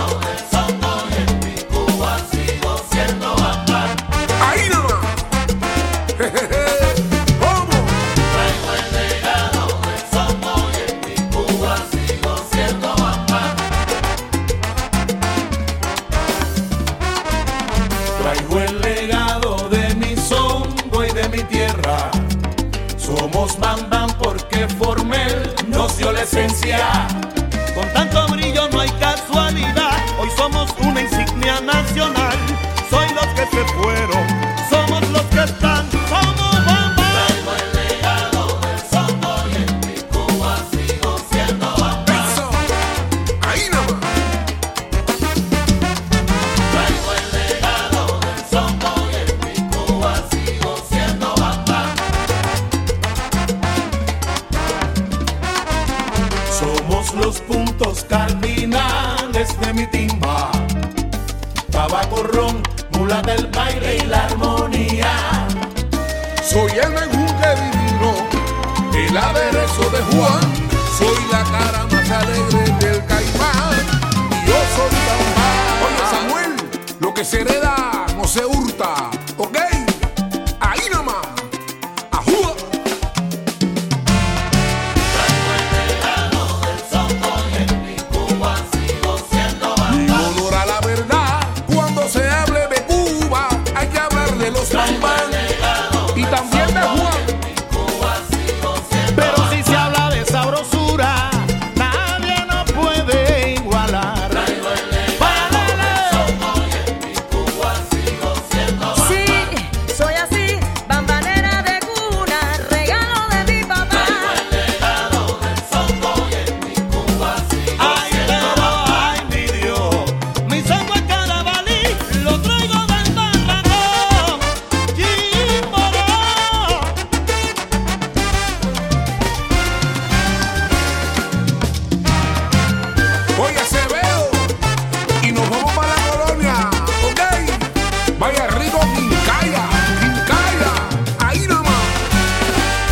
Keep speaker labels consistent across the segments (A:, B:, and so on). A: Somos Bam Bam porque Formel nos dio la esencia.
B: Con tanto brillo no hay casualidad, hoy somos una insignia nacional. Soy los que se fueron, somos los que están, somos Bam Bam.
A: Traigo el legado del soto y en mi Cuba sigo siendo Bam Bam.
C: Eso. Ahí nomás.
A: Traigo el legado del soto y en mi Cuba sigo siendo Bam Bam. Somos los puntos cardinales de mi timba. Tabaco, ron, mula del baile y la armonía.
C: Soy el menjunje divino, el aderezo de Juan. Soy la cara más alegre del caimán. Y yo soy Ah. Bambán. Oye, Samuel, lo que se hereda no se hurta, ¿ok? Ahí nomás. Ajúa. Un olor a la verdad. Cuando se hable de Cuba, hay que hablar de los Bambán. Y también de Juan.
B: Pero si se habla de sabrosura, nadie nos puede igualar. Bájale.
D: Sí, soy así, bambanera de cuna, regalo de mi papá.
B: Ay, pero, ay, mi Dios, mi sangre es carabalí, lo traigo del barracón. Chimboró.
C: Oye, se veo y nos vamos para la colonia, ¿ok? Vaya rico, Quincaya, Quincaya, ahí nomás.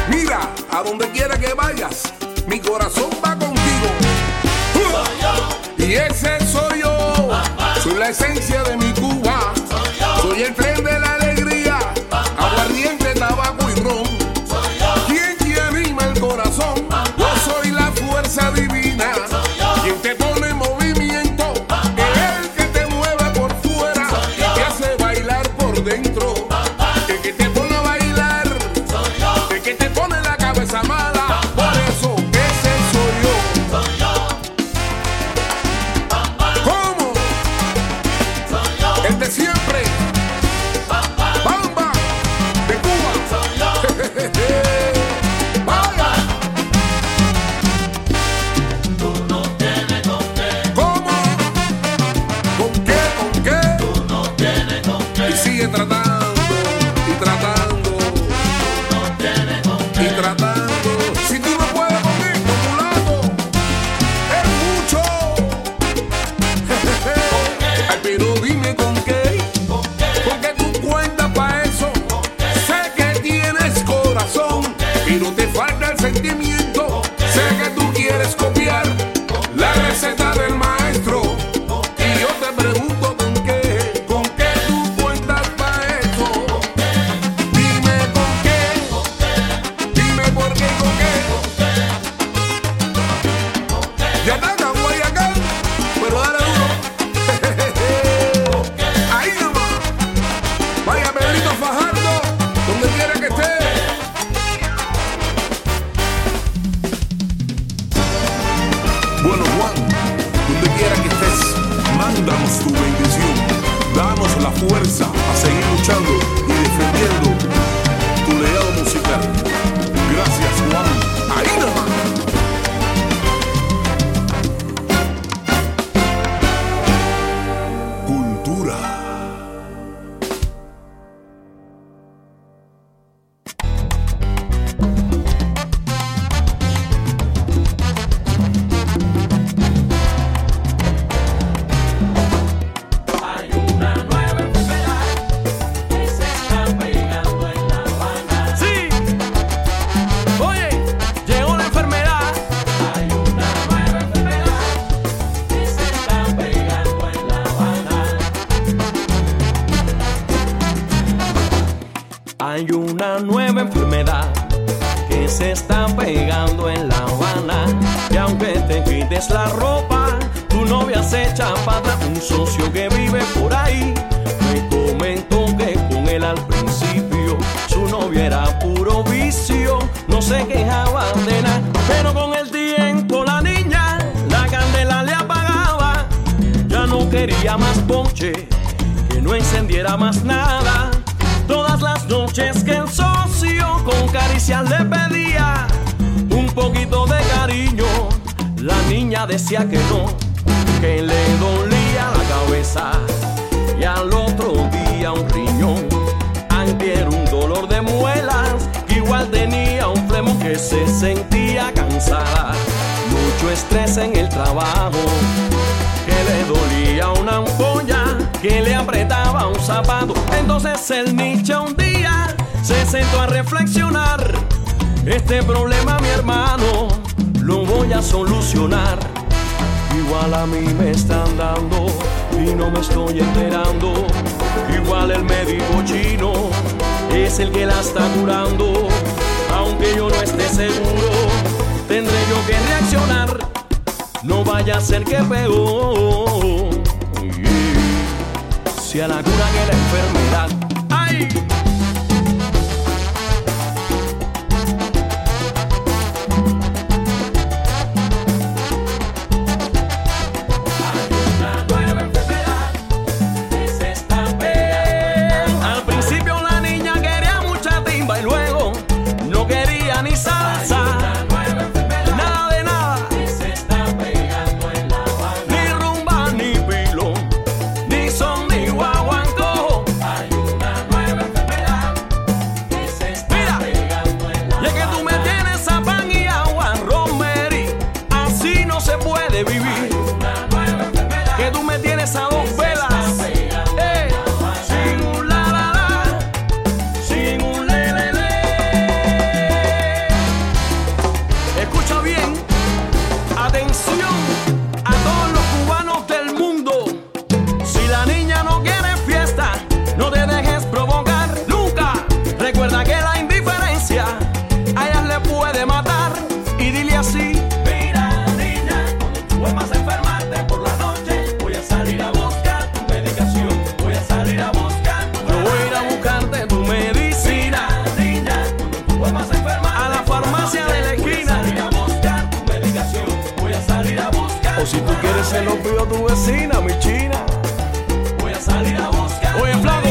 C: Mira, a donde quiera que vayas, mi corazón va contigo. Y ese soy yo, soy la esencia de mi Cuba, soy el tren de la alegría, aguardiente, tabaco y ron. ¿Quién te anima el corazón? Yo soy la fuerza divina. Quien te pone en movimiento, el que te mueve por fuera, el que hace bailar por dentro, el que te pone a bailar, el que te pone la cabeza mala. Por eso ese soy yo. ¿Cómo? El de siempre. Bamba de Cuba. Bamba. ¿Cómo? ¿Con qué? ¿Con qué? Tú no tienes con qué. Y sigue tratando y tratando. Tú no tienes con qué. Y tratando. Si tú no puedes conmigo, mulato, es mucho. Ay, pero dime con qué. ¿Con qué? tú cuentas para eso? Sé que tienes corazón, pero te falta el sentimiento. Sé que tú quieres copiar la receta del maestro. Y yo te pregunto con qué, con qué tú cuentas para eso. Dime con qué, dime por qué, con qué. Ya está, Guayacán, pero dale duro. Ahí nomás. Vaya Pedrito Fajardo, donde quiera que esté. Bueno Juan, donde quiera que estés, mándanos tu bendición. Danos la fuerza a seguir luchando y defendiendo tu legado musical. Gracias Juan. Ahí nomás. Cultura.
B: Sí, oye, llegó la enfermedad. Hay una nueva enfermedad que se está pegando en La Habana. Hay una nueva enfermedad que se está pegando en La Habana. Y aunque te quites la ropa, tu novia se echa para atrás. Un socio que vive por ahí me comentó que con él al principio su novia era puro vicio. No se quejaba de nada, pero con el tiempo la niña la candela le apagaba. Ya no quería más ponche, que no encendiera más nada. Todas las noches que el socio con caricias le pedía un poquito de cariño, la niña decía que no, que le dolía la cabeza y al otro día un riñón. Aunque era un dolor de muelas, que igual tenía un flemo que se sentía cansada. Mucho estrés en el trabajo, que le dolía una ampolla, que le apretaba un zapato. Entonces el Nietzsche un día se sentó a reflexionar. Este problema, mi hermano, lo voy a solucionar. Igual a mí me están dando y no me estoy enterando. Igual el médico chino es el que la está curando. Aunque yo no esté seguro, tendré yo que reaccionar. No vaya a ser que peor. Yeah. Si a la cura que la enfermedad. ¡Ay! Al principio la niña quería mucha timba y luego no quería ni salsa. Nada de nada. Ni rumba, ni pilo, ni son, ni guaguancó. Mira, y es que tú me tienes a pan y agua, Rosemary. Así no se puede vivir. Que tú me tienes a dos velas. Eh, sin un la la la, sin un le le le. Escucha bien, atención a todos los cubanos del mundo. Si la niña no quiere fiesta, no te dejes provocar nunca. Recuerda que la indiferencia a ella le puede matar. Y dile así: Mira, niña, cuando vuelvas a enfermarte por la noche, voy a salir a buscar tu medicación. Voy a salir a buscar tu Yo voy a ir a buscarte tu medicina. niña, cuando vuelvas a enfermarte a la farmacia de la esquina. Voy a salir a buscar tu medicación. Voy a salir a buscar. O si tú quieres, se lo pido a tu vecina, mi china. Voy a salir a buscar. Oye, flaco,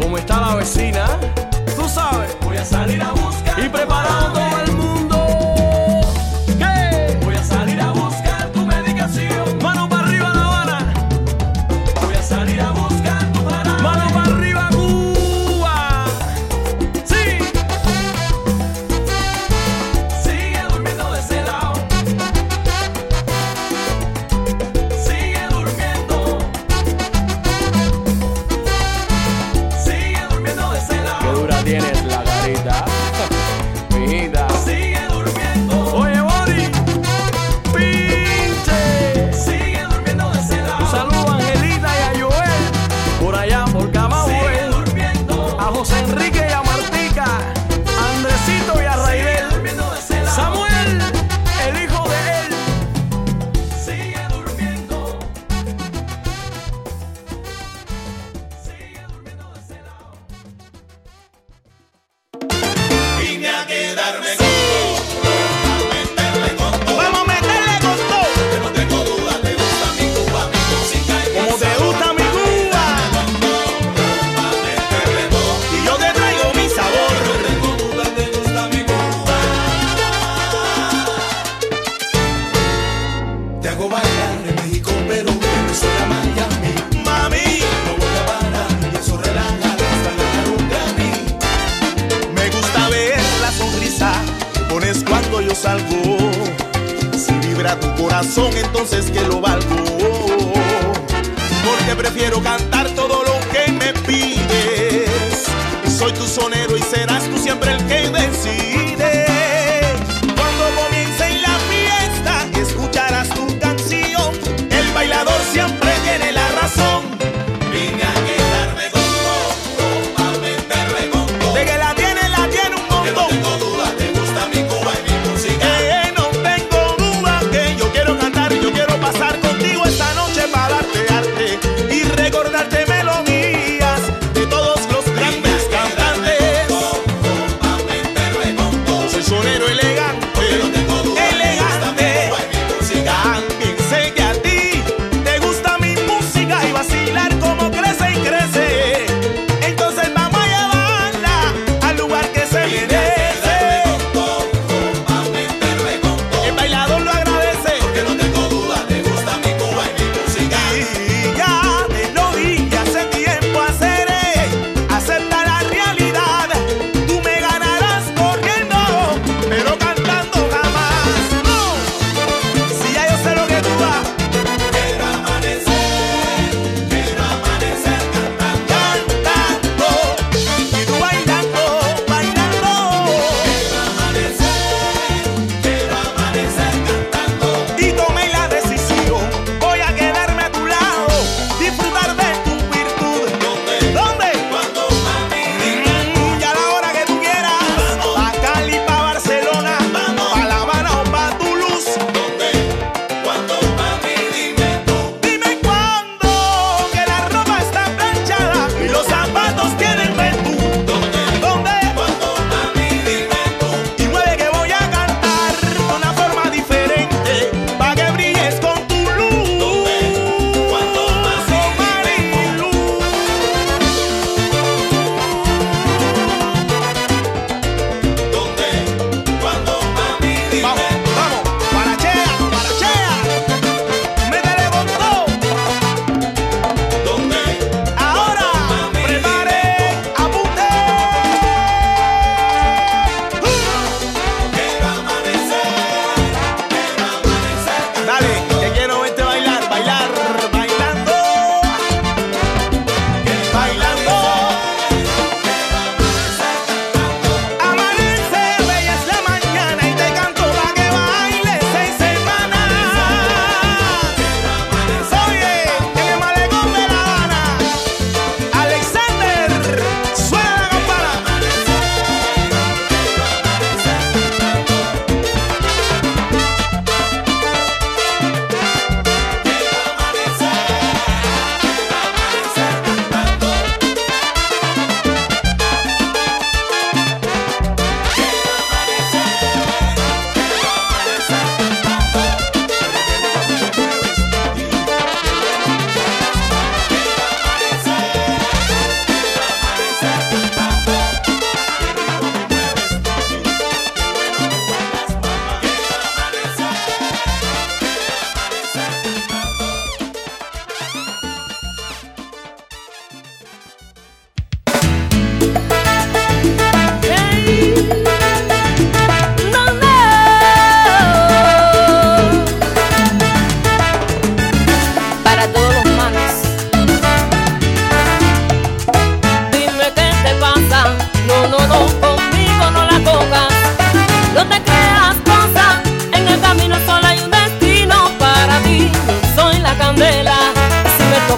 B: ¿cómo está la vecina? Tú sabes. Voy a salir a buscar. Y preparado todo el mundo. ¿Qué? Voy a salir a buscar tu medicación. Mano para arriba, La Habana. Voy a salir a buscar tu parada. Mano para arriba, Cuba. Sí. Sigue durmiendo de ese lado. Sigue durmiendo. Sigue durmiendo de ese lado. Qué dura tienes la carita. Mijita. Sigue durmiendo. Oye, Bori. Pinche. Sigue durmiendo de ese lado. Un saludo a Angelita y a Joel. Por allá, por Camagüey. Sigue durmiendo. A José Enrique y a Martica. A Andresito y a Raibel. Sigue durmiendo de ese lado. Samuel, el hijo de él. Sigue durmiendo. Sigue durmiendo de ese lado.
E: Vine a quedarme con todo, a meterle con todo.
F: Vamos a meterle con todo.
E: Que no tengo duda, te gusta mi Cuba, mi música y mi
F: Como te gusta mi Cuba.
E: A meterle con
F: Y yo te traigo mi sabor.
E: No tengo duda, te gusta mi Cuba. Te hago bailar en México, Perú, Venezuela, Miami.
F: Mami,
E: No voy a parar, y eso relaja hasta ganar un Grammy.
F: me gusta ver la sonrisa que pones cuando yo salgo. Si vibra tu corazón, entonces que lo valgo. Porque prefiero cantar todo lo que me pides. Soy tu sonero y serás tú siempre el que decide. Cuando comience la fiesta, escucharás tu canción. El bailador siempre tiene la razón.
E: Vine a quedarme con todo, a meterle con todo.
F: De que la tiene, la tiene un
E: Que no
F: montón.
E: tengo duda, te gusta mi Cuba y mi música.
F: Eh, no tengo duda que yo quiero cantar y yo quiero pasar contigo esta noche para darte arte y recordarte melodías de todos los grandes cantantes.
E: A meterle con
G: Oh,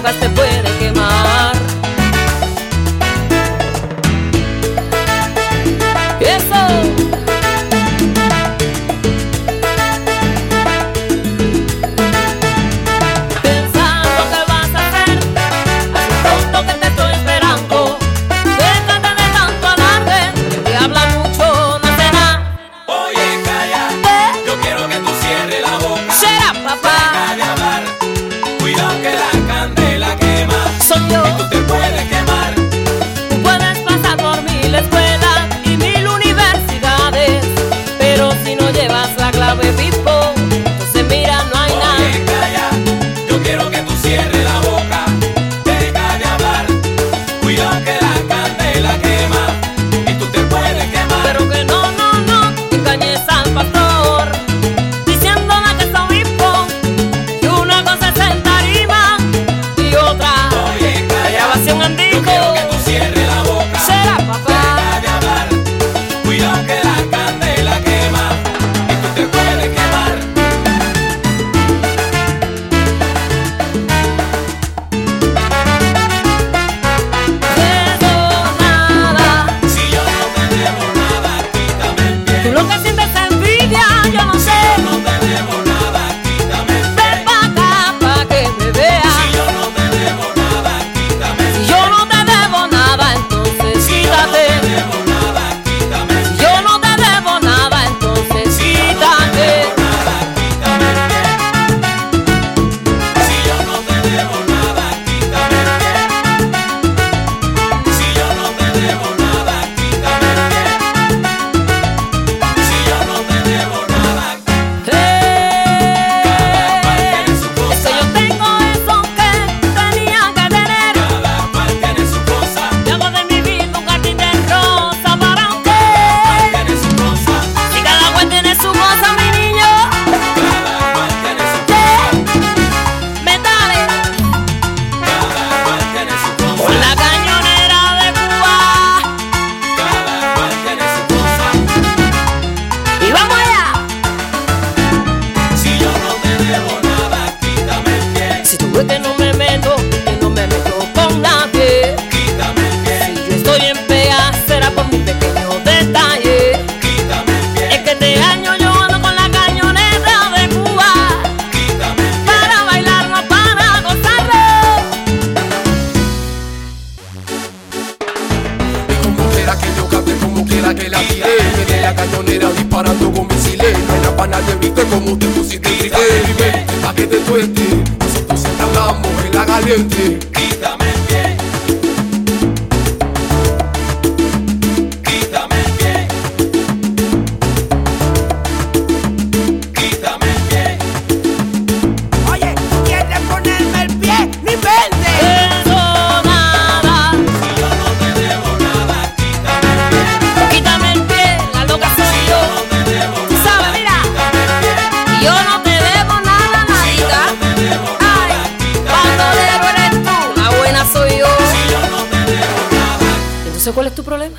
H: paz te puede quemar. Eso. Pensando que vas a hacer, así pronto que te estoy esperando. Déjate de tanto alarde, que te habla mucho, no será.
I: Oye, calla,
H: ¿Eh?
I: yo quiero que tú cierres la boca.
H: Será
I: Deja
H: papá,
I: de hablar, cuidado que la candela quema.
H: soy yo.
I: Tú te puedes quemar.
H: Tú puedes pasar por mil escuelas y mil universidades, pero si no llevas la clave pipo, entonces mira, no hay nada.
I: Oye, calla, yo quiero que tú cierres la boca. Deja de hablar, cuidado que la candela quema. Y tú te puedes quemar.
H: Pero que no, no, no, engañes al pastor Diciéndole que es obispo Y una cosa es en tarima Y otra
I: Oye,
H: La
I: calla,
H: grabación en
I: yo
H: disco
I: quiero que tú cierres la boca.
H: Será papá
I: Deja de hablar, cuidado que la candela quema. Y tú te puedes quemar.
H: Perdonada
I: Si yo no te debo nada, quítame el pie.
H: Tú lo que sientes es envidia Yo no sé
I: No te debo nada, quítame el pie.
H: Ven pa' acá pa' que me
I: Si
H: veas
I: yo no te debo nada, quítame el
H: Si yo no te debo nada Entonces quítate
I: debo nada, quítame el
H: Si yo no te debo nada Entonces quítate
I: nada, quítame el pie. Si yo no te debo nada, quítame el pie. Si yo no te debo nada, quítame el pie. Si yo no te debo nada,
H: Hey.
I: tiene su
H: Es
I: cosa.
H: que yo tengo eso que tenía que tener.
I: Cada cual tiene su cosa,
H: Yo hago de mi vida un jardín de rosa para usted.
I: tiene su cosa.
H: Y cada cual tiene su cosa, mi niño.
I: Cada cual tiene su
H: ¿Qué? Metales.
I: cada cual tiene su cosa.
H: Con la cañonera de Cuba.
I: Cada cual tiene su cosa.
H: Y vamos allá.
I: Si yo no te debo nada, quítame el pie,
H: Si tú ves que no me meto, que no me meto con nadie.
I: quítame el
H: Si
I: pie,
H: yo estoy en pea, será por mi pequeño detalle.
I: quítame el pie,
H: Es que este año yo ando con la cañoneta de Cuba.
I: quítame el pie.
H: para bailar, no para gozarlo.
C: Y como quiera que yo cante, como quiera que la tire Desde la cañonera disparando con misiles No hay nada pa' nadie, viste como te pusiste triste Y ven, pa' que te Pues tueste Nosotros hablamos en la caliente
I: Quítame el pie. Quítame el pie. Quítame el pie.
D: Oye, quieres ponerme el pie, ni verde.
H: Perdonada,
I: Si yo no te debo nada, quítame el pie.
H: quítame el pie, la loca soy
I: Si yo no
H: yo.
I: te debo
H: Tú sabes, mira, yo no te debo nada, nadica. Ay, bandolero eres tú, la buena soy yo. Entonces, ¿cuál es tu problema?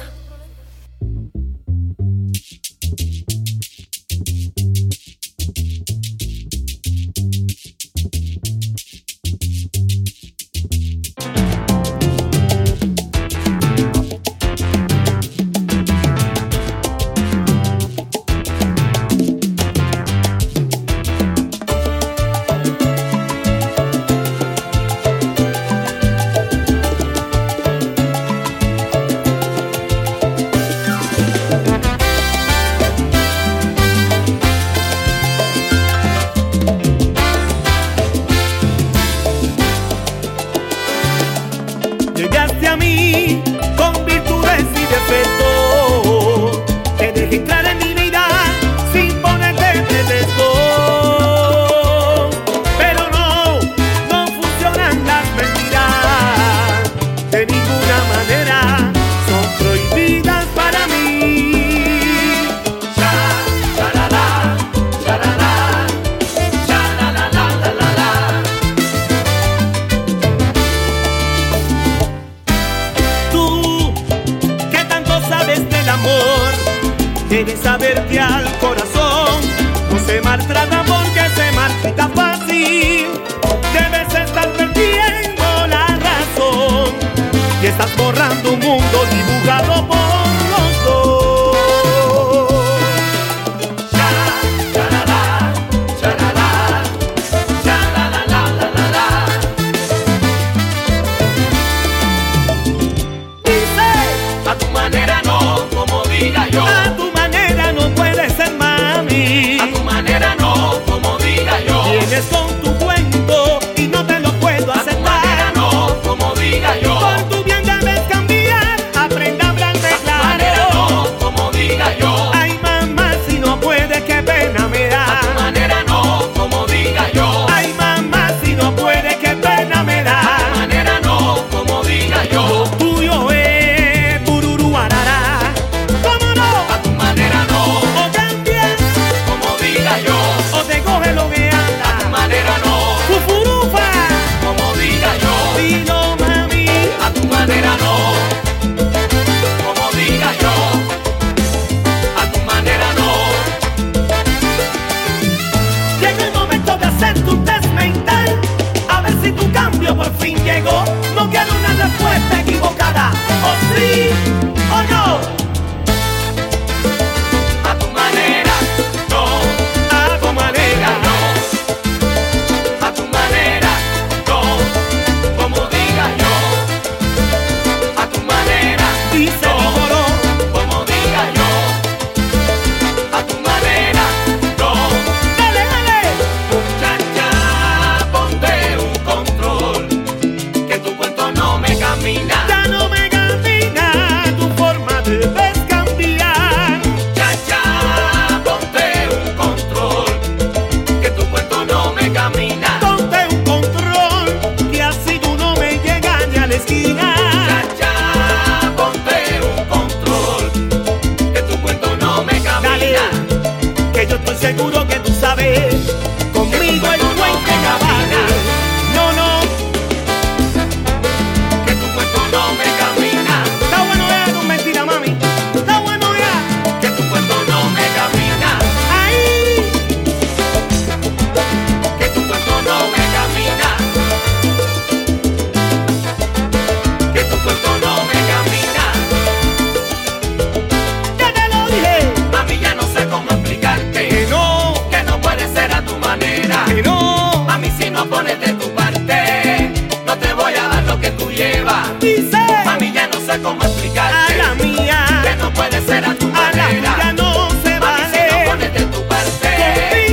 F: E, respuesta equivocada. O sí o no. A tu manera, no. A tu manera, no. A tu manera, no. Como digas yo. A tu manera, dice no. Como digas yo. A tu manera, no. Dale, dale. Muchacha, ponte un control que tu cuento no me camina. Ya no me camina, tu forma debes cambiar. Ya, ya, ponte un control, que tu cuento no me camina. Ponte un control, que así tú no me llegas ni a la esquina. Ya, ya, ponte un control, que tu cuento no me camina. que yo estoy seguro que tú sabes. Conmigo el cuento cabana. No, no, que tu cuerpo no me camina. Está bueno ya, no es mentira, mami. Está bueno ya. Que tu cuerpo no me camina. Ahí. Que tu cuerpo no me camina. Que tu cuerpo no me camina. Ya te lo dije. Mami, ya no sé cómo explicarte. Que no. Que no puede ser a tu manera. Que no. Mami, si no pones de tu parte, no te voy a dar lo que tú llevas. Dice. Mami, ya no sé cómo explicarte. A la mía. Que no puede ser a tu manera. ya no se Mami, si no pones de tu parte,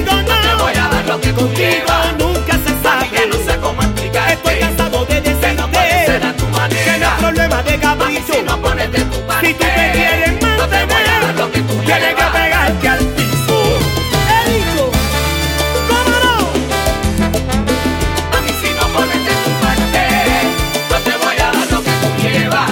F: conmigo no. te voy a dar lo que tú llevas. nunca se sabe. Mami, ya no sé cómo explicarte. Estoy cansado de decirte. Que no puede ser a tu manera. Que no hay problema de capricho. si no pones de tu parte, si tú me quieres más, no te voy a dar lo que tú llevas. Tienes que pegarte al piso. He dicho, ¿cómo no? A mí si no pones de tu parte, no te voy a dar lo que tú llevas.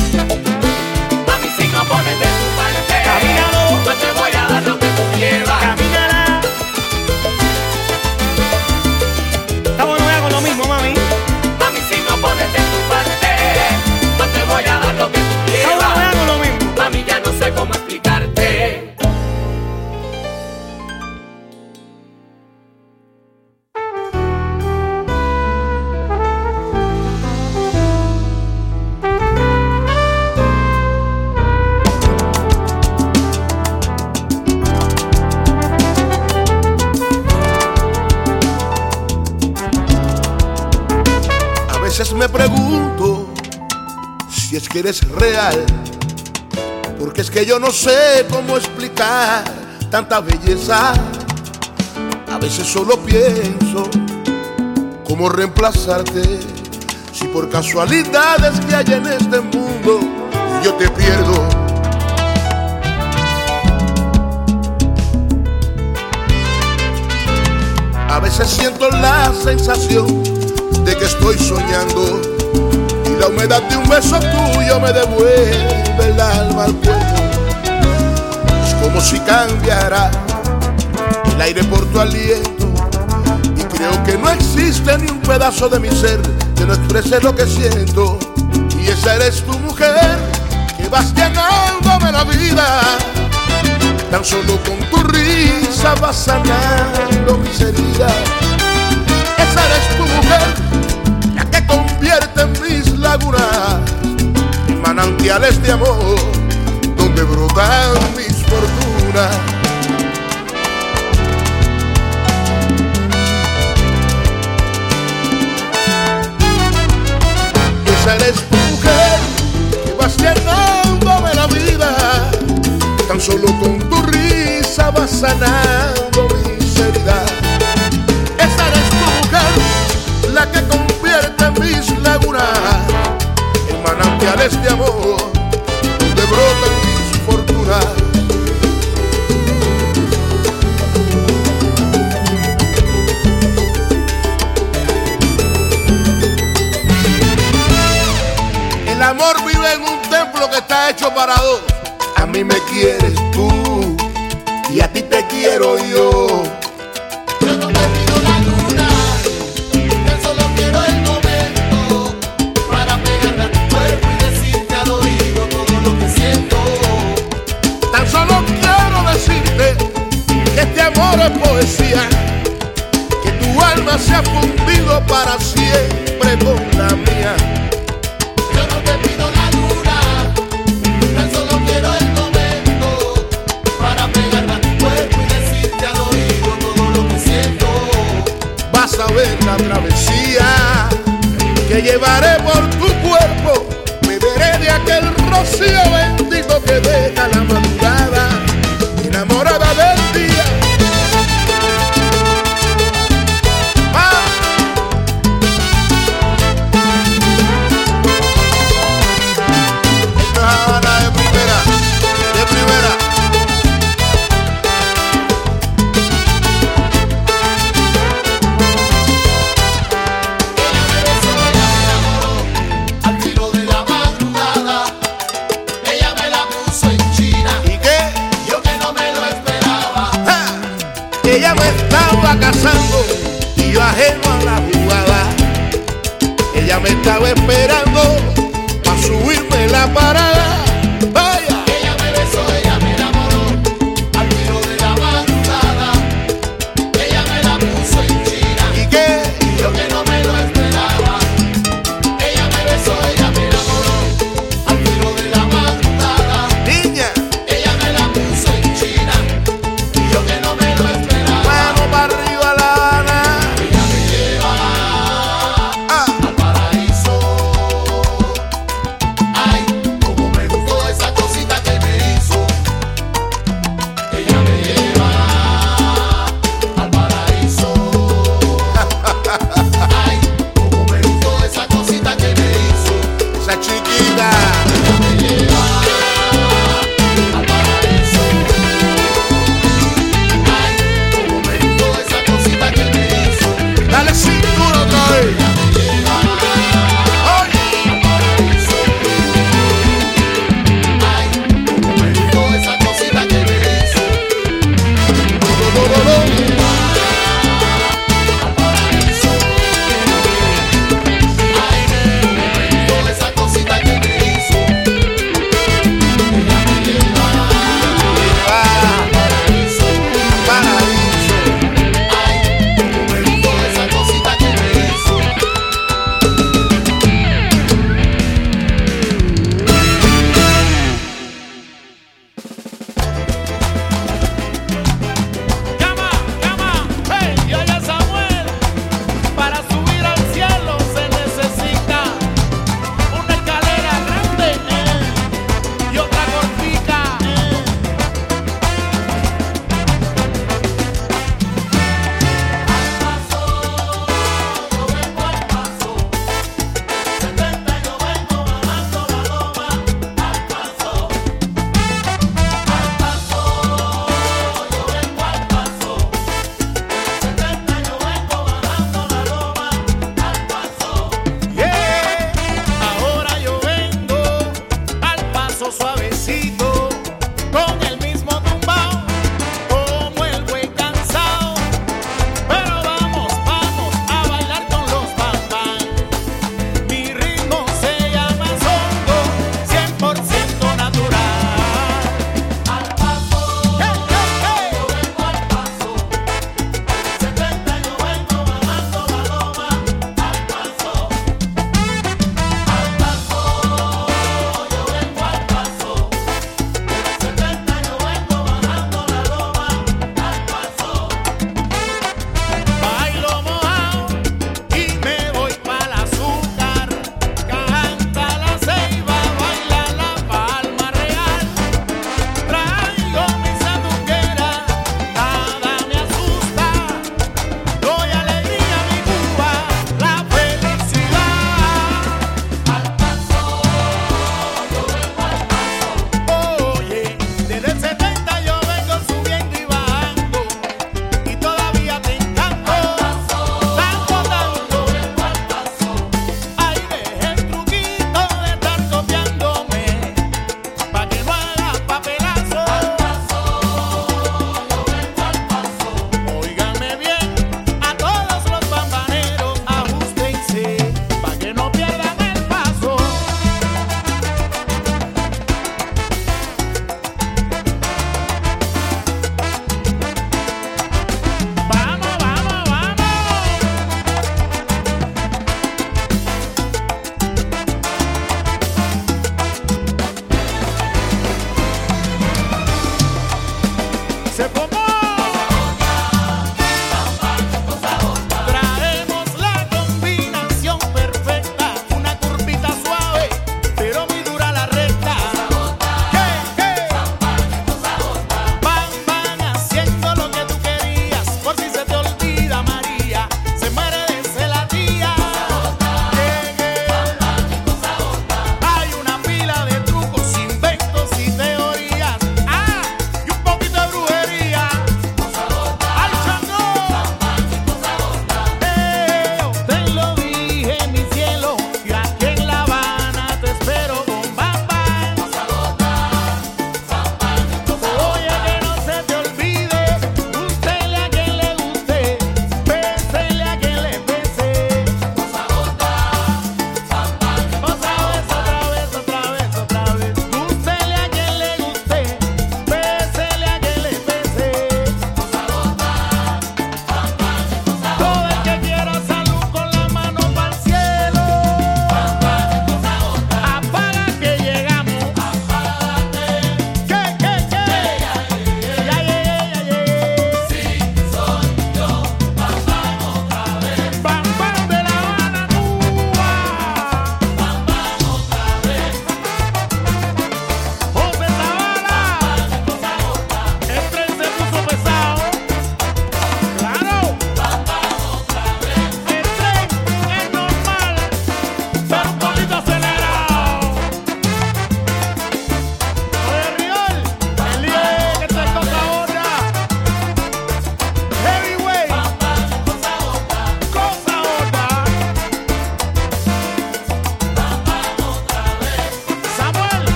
F: A mí si no pones de tu parte, no te voy a dar lo que tú llevas. Camínala. Estamos no hago lo mismo, mami. A mí si no pones de tu parte, no te voy a dar lo que tú llevas. Estamos hago lo mismo. Mami, ya no sé cómo explicarte.
J: A veces me pregunto si es que eres real, porque es que yo no sé cómo explicar tanta belleza. A veces solo pienso cómo reemplazarte, si por casualidades que hay en este mundo yo te pierdo. A veces siento la sensación de que estoy soñando y la humedad de un beso tuyo me devuelve el alma al cuerpo. Es como si cambiara el aire por tu aliento y creo que no existe ni un pedazo de mi ser que no exprese lo que siento. Y esa eres tu mujer que vas llenándome la vida. Tan solo con tu risa vas sanando mis heridas. Esa eres tu mujer, la que convierte en mis lagunas en manantiales de amor, donde brotan mis fortunas. Esa eres tu mujer, que vas llenándome la vida, tan solo con tu risa vas sanando mis heridas. Esa eres tu mujer, la que convierte en mis lagunas en manantiales de amor, donde brotan mis fortunas. El amor vive en un templo que está hecho para dos. A mí me quieres tú y a ti te quiero yo. Tan solo quiero decirte que este amor es poesía, que tu alma se ha fundido para siempre con la mía.
I: Yo no te pido la luna, tan solo quiero el momento para pegarme a tu cuerpo y decirte al oído todo lo que siento.
J: Vas a ver la travesía que llevaré por tu cuerpo. Beberé de aquel rocío bendito que deja la madrugada, enamorada del día. Ah,
I: Esto es Habana de primera, de primera. Ella me besó, ella me enamoró, al filo de la madrugada. Ella me la puso en China,
J: ¿Y qué?
I: yo que no me lo esperaba.
J: Ah, Ella me estaba casando y yo ajeno a la jugada. Ella me estaba esperando para subirme la parada. Vaya,
I: Ella me besó, ella me enamoró, al filo de la madrugada. Ella me la puso en China.
J: ¿y qué?
I: Yo que no me lo esperaba, ella me besó, ella me enamoró, al filo de la madrugada,
J: Niña,
I: ella me la puso en China, yo que no me lo esperaba,
J: mano para arriba La Habana.
I: ella me lleva
J: Ah,
I: al paraíso, ay, como me gusta.
G: eh,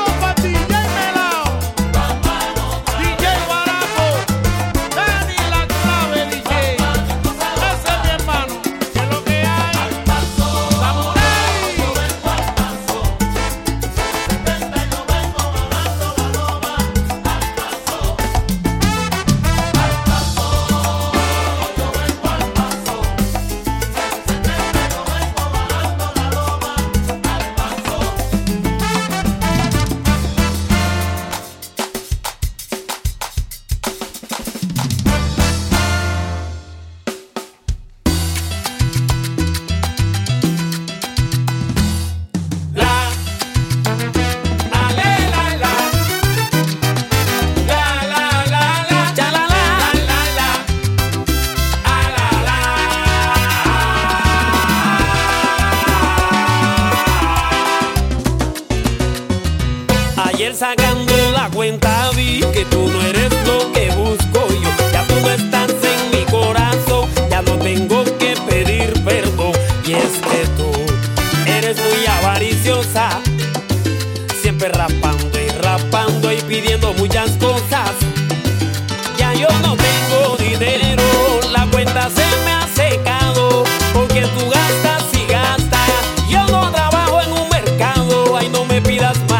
G: Ah, Eh, sacando la cuenta vi que tú no eres lo que busco yo. Ya tú no estás en mi corazón, ya no tengo que pedir perdón. Y es que tú eres muy avariciosa, siempre rapando y rapando y pidiendo muchas cosas. Ya yo no tengo dinero, la cuenta se me ha secado, porque tú gastas y gastas. Yo no trabajo en un mercado, ay no me pidas más.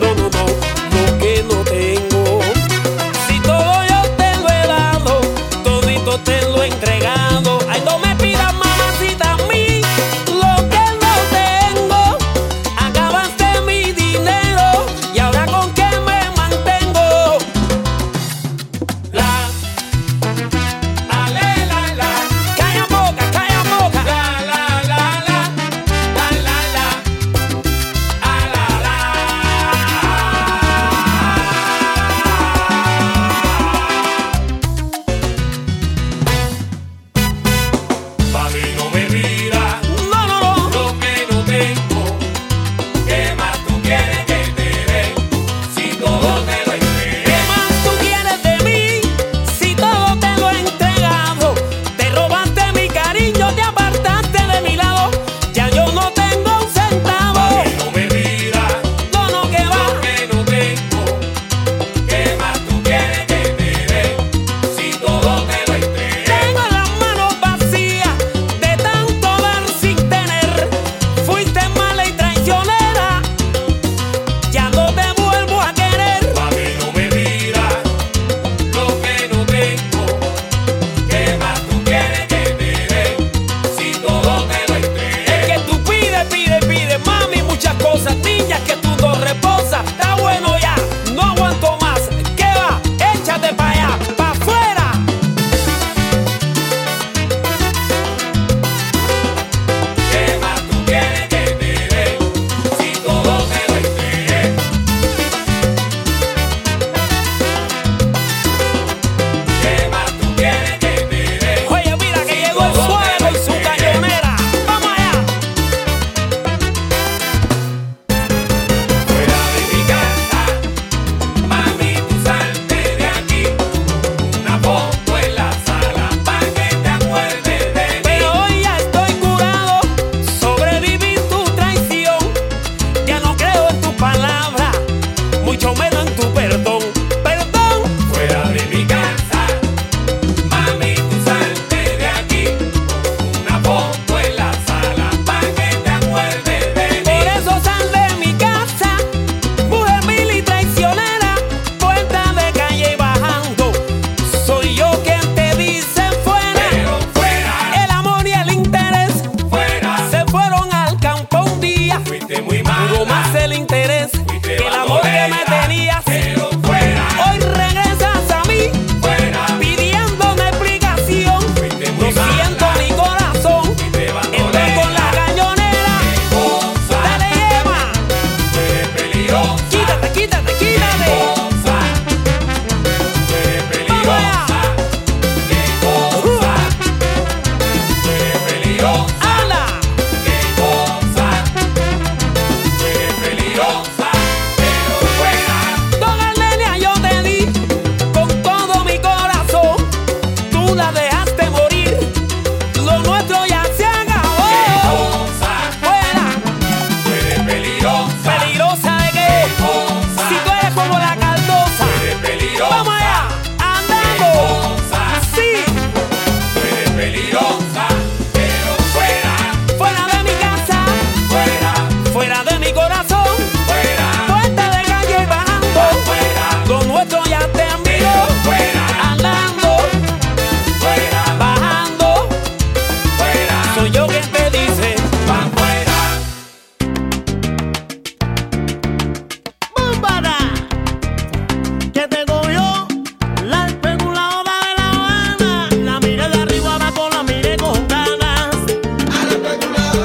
G: No, no, no, lo que no tengo. Si todo yo te lo he dado, todito te lo he entregado. Ay no me pidas mamacita a mí, lo que no tengo. Acabaste mi dinero y ahora con qué me mantengo.
F: Ah.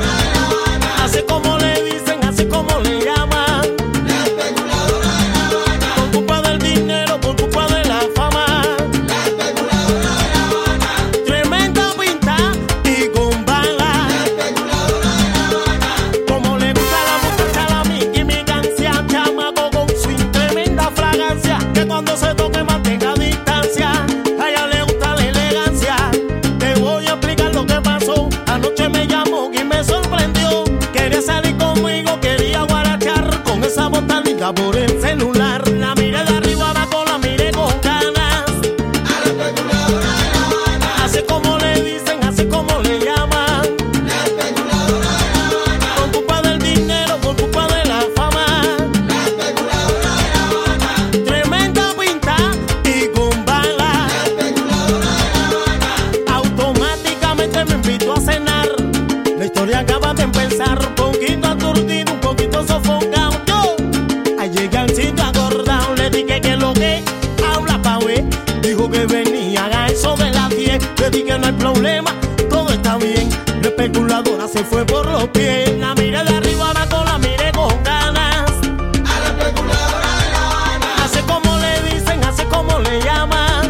F: Ah. pensar, un poquito aturdido, un poquito sofocado. Yo, al llegar sitio acordado, le dije que lo que habla pa' ver. Dijo que venía a eso de las 10. Le dije no hay problema, todo está bien. La especuladora se fue por los pies. La miré de arriba, la cola miré con ganas. A la especuladora de La Habana. Hace como le dicen, hace como le llaman.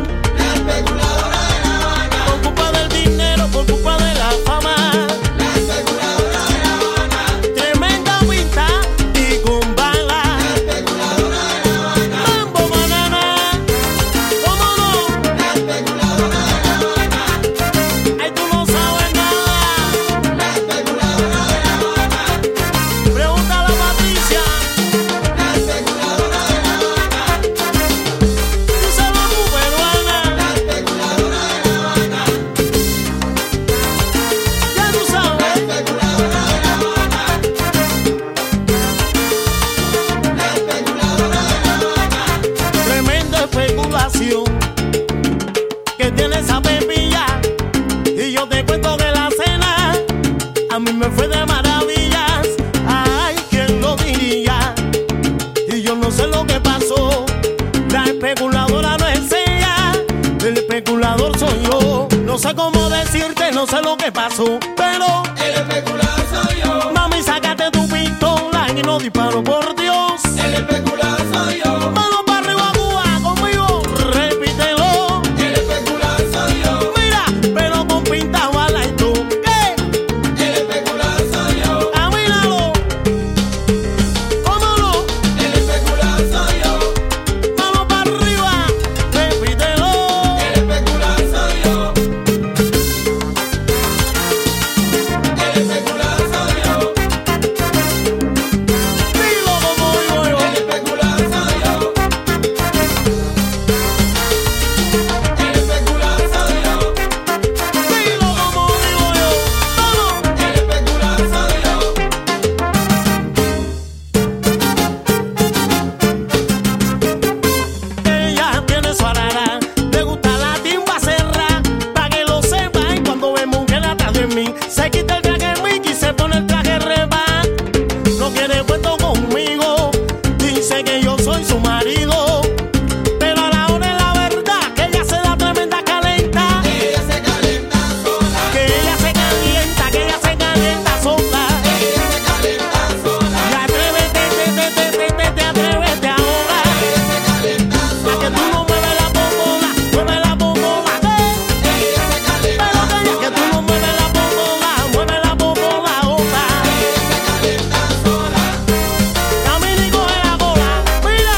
F: La especuladora de La Habana. Por culpa del dinero, por culpa de la fama. La especuladora de La Habana. Tremenda pinta y con bala. La especuladora de La Habana. Mambo banana. ¿Cómo no? La especuladora de La Habana. Ay, tú no sabes nada. La especuladora de La Habana. Pregúntale a Patricia. La especuladora de La Habana. Tú sabes tu peruana. La especuladora de La Habana. Ya tú sabes. La especuladora de La Habana. La especuladora de La Habana. Tremenda especulación que tiene esa pepilla. Y yo te cuento que la cena a mí me fue de maravillas. Ay, ¿quién lo diría? Y yo no sé lo que pasó. La especuladora no es ella, el especulador soy yo. No sé cómo decirte, no sé lo que pasó, pero el especulador soy yo. Mami, sácate tu pistola y no disparo por Dios. El especulador soy yo. Mano para arriba, Cuba, conmigo, repítelo. El especulador soy yo. Mira, pero con pinta bala y tú, ¿qué? El especulador soy yo. Ah, míralo. ¿Cómo no? El especulador soy yo. Vamos para arriba, repítelo. El especulador soy yo. El especulador soy yo. Dilo como digo yo. El especulador soy yo. El especulador soy yo. Dilo como digo yo. Vamos. El especulador soy yo. Ella tiene su arara, le gusta la timba cerra, pa' que lo sepa y cuando ve mujer atrás de mí, se quita el traje Mickey y se pone el traje reba. No quiere puesto conmigo, dice que yo soy su marido. Pero a la hora es la verdad, que ella se da tremenda calenta. Que ella se calienta sola. Que ella se calienta, que ella se calienta sola. Que ella se calienta sola. Y atrévete, te, te, te, te, te, atrévete ahora. A que tú no mueves la bombola, mueve la bombola, eh. Pero calla que tú no mueves la bombola, mueve la bombola, opa. Camina y coge la bola, mira.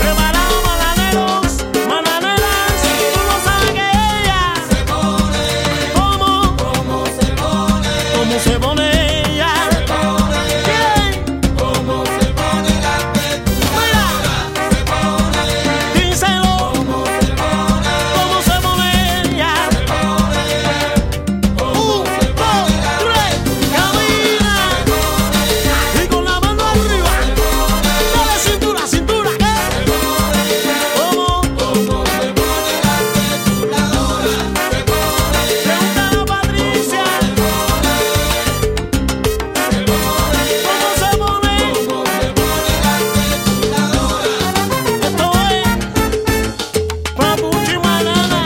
F: Preparado, mananeros, mananeras, tú no sabes que ella se pone. ¿Cómo? ¿Cómo se pone? ¿Cómo se pone ella? Se pone. ¿Quién? ¿Cómo se pone la peculadora? Se pone. Díselo. ¿Cómo se pone? ¿Cómo se pone ella? Se pone. ¿Cómo se pone la peculadora? Se pone. Y con la mano arriba. Se pone. Dale cintura, cintura, ¿qué? Se pone. ¿Cómo? ¿Cómo se pone la peculadora? Se pone. Pregúntale a Patricia. ¿Cómo se pone? ¿Cómo se pone la peculadora? Esto es Papuchi Banana.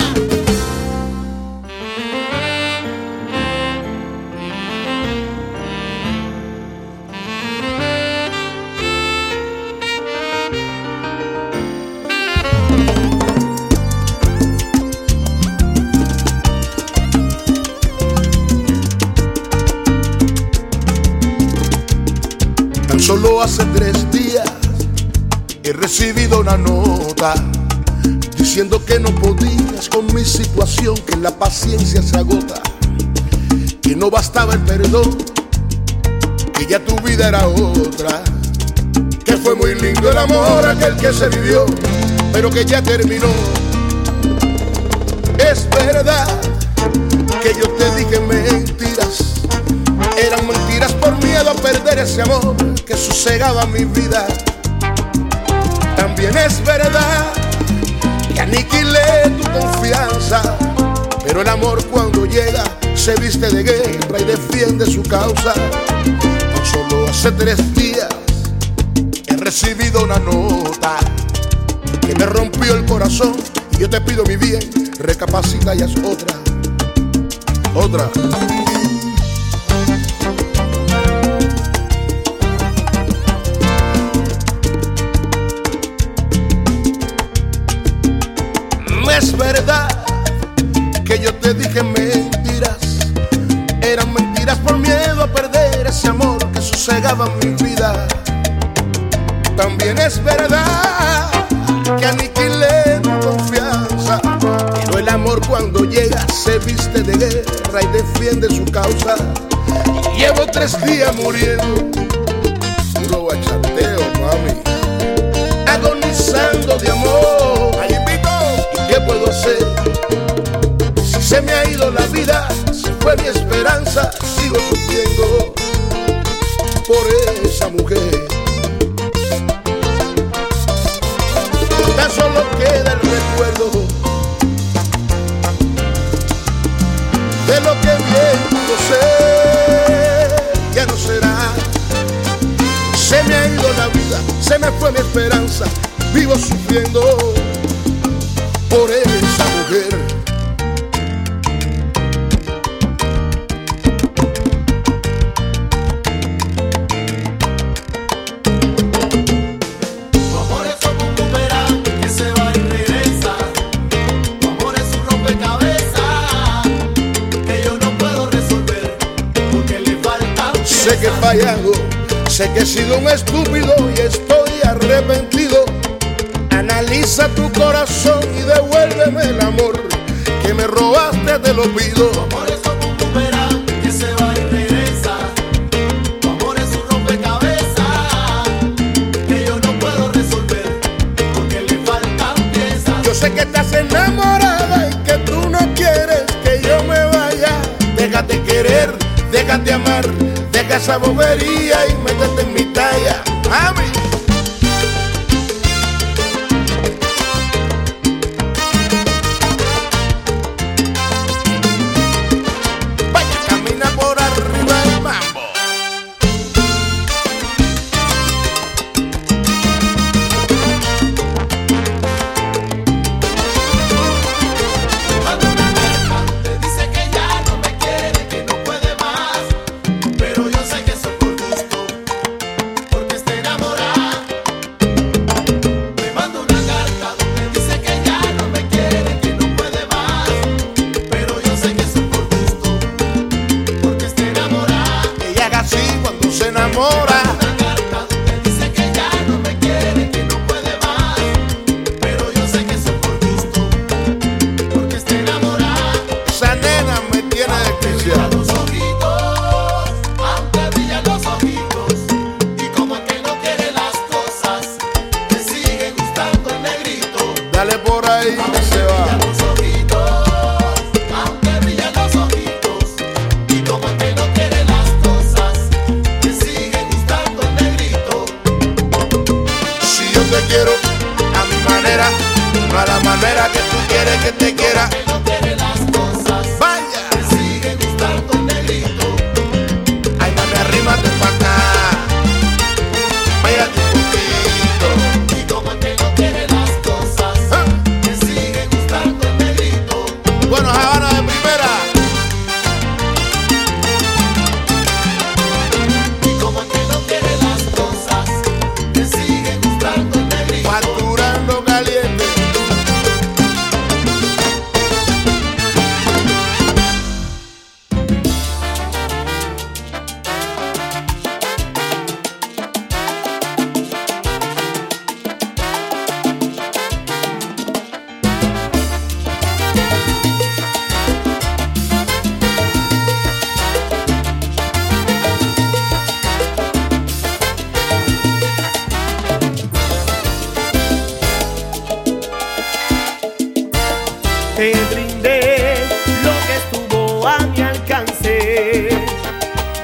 J: Tan solo hace tres días he recibido una nota diciendo que no podías con mi situación, que la paciencia se agota, que no bastaba el perdón, que ya tu vida era otra, que fue muy lindo el amor aquel que se vivió, pero que ya terminó. Es verdad que yo te dije mentiras. Eran mentiras por miedo a perder ese amor que sosegaba mi vida. También es verdad que aniquilé tu confianza, pero el amor cuando llega se viste de guerra y defiende su causa. Tan solo hace tres días he recibido una nota que me rompió el corazón. Y yo te pido mi bien, recapacita y haz otra. Otra. No es verdad que yo te dije mentiras. Eran mentiras por miedo a perder ese amor que sosegaba mi vida. También es verdad que aniquilé tu confianza. Pero el amor cuando llega se viste de guerra y defiende su causa. Y llevo tres días muriendo. Puro bachateo, mami. Agonizando de amor. Ay, invito. ¿Y qué puedo hacer? Si se me ha ido la vida, se fue mi esperanza, sigo sufriendo por esa mujer. Tan solo queda el recuerdo de lo que bien pudo ser, ya no será. Se me ha ido la vida, se me fue mi esperanza, vivo sufriendo por esa mujer.
I: amor es como un boomerang que se va y regresa. Tu amor es un rompecabezas que yo no puedo resolver porque le falta un
J: Sé que he fallado, sé que he sido un estúpido y estoy arrepentido. Analiza tu corazón y devuélveme el amor que me robaste, te lo pido.
I: amor es como un boomerang que se va y regresa. Tu amor es un rompecabezas que yo no puedo resolver porque le faltan piezas.
J: Yo sé que estás enamorada y que tú no quieres que yo me vaya. Déjate querer, déjate amar, deja esa bobería y métete en mi talla. Mami. Vaya, camina por arriba el mambo.
I: Cuando una carta te dice que ya no me quiere, que no puede más, pero yo sé que soy por gusto, porque está enamorada. Me manda una carta donde dice que ya no me quiere, que no puede más, pero yo sé que soy por gusto, porque está enamorada.
J: Ella haga así cuando se enamora.
I: Una carta donde dice que ya no me quiere, que no puede más, pero yo sé que soy por gusto, porque está enamorada.
J: Esa nena me tiene desquiciado.
I: Los ojitos, aunque brillan los ojitos, y como el que no quiere las cosas, te sigue gustando el negrito.
J: Dale por ahí que se va.
I: Los ojitos, aunque brillan los ojitos, y como el que no quiere las cosas, te sigue gustando el negrito.
J: Si yo te quiero a mi manera, no a la manera que tú quieres que te quiera.
I: Que no quiere las cosas,
J: Vaya,
I: te sigue gustando el negrito.
J: ay mami, arrímate pa' acá. Pégate un poquito.
I: Y como el que no quiere las cosas,
J: Ah,
I: te sigue gustando el negrito.
J: Bueno, Habana de primera.
I: Y como el que no quiere las cosas, te sigue gustando el negrito.
J: Facturando caliente.
F: Te brindé lo que estuvo a mi alcance.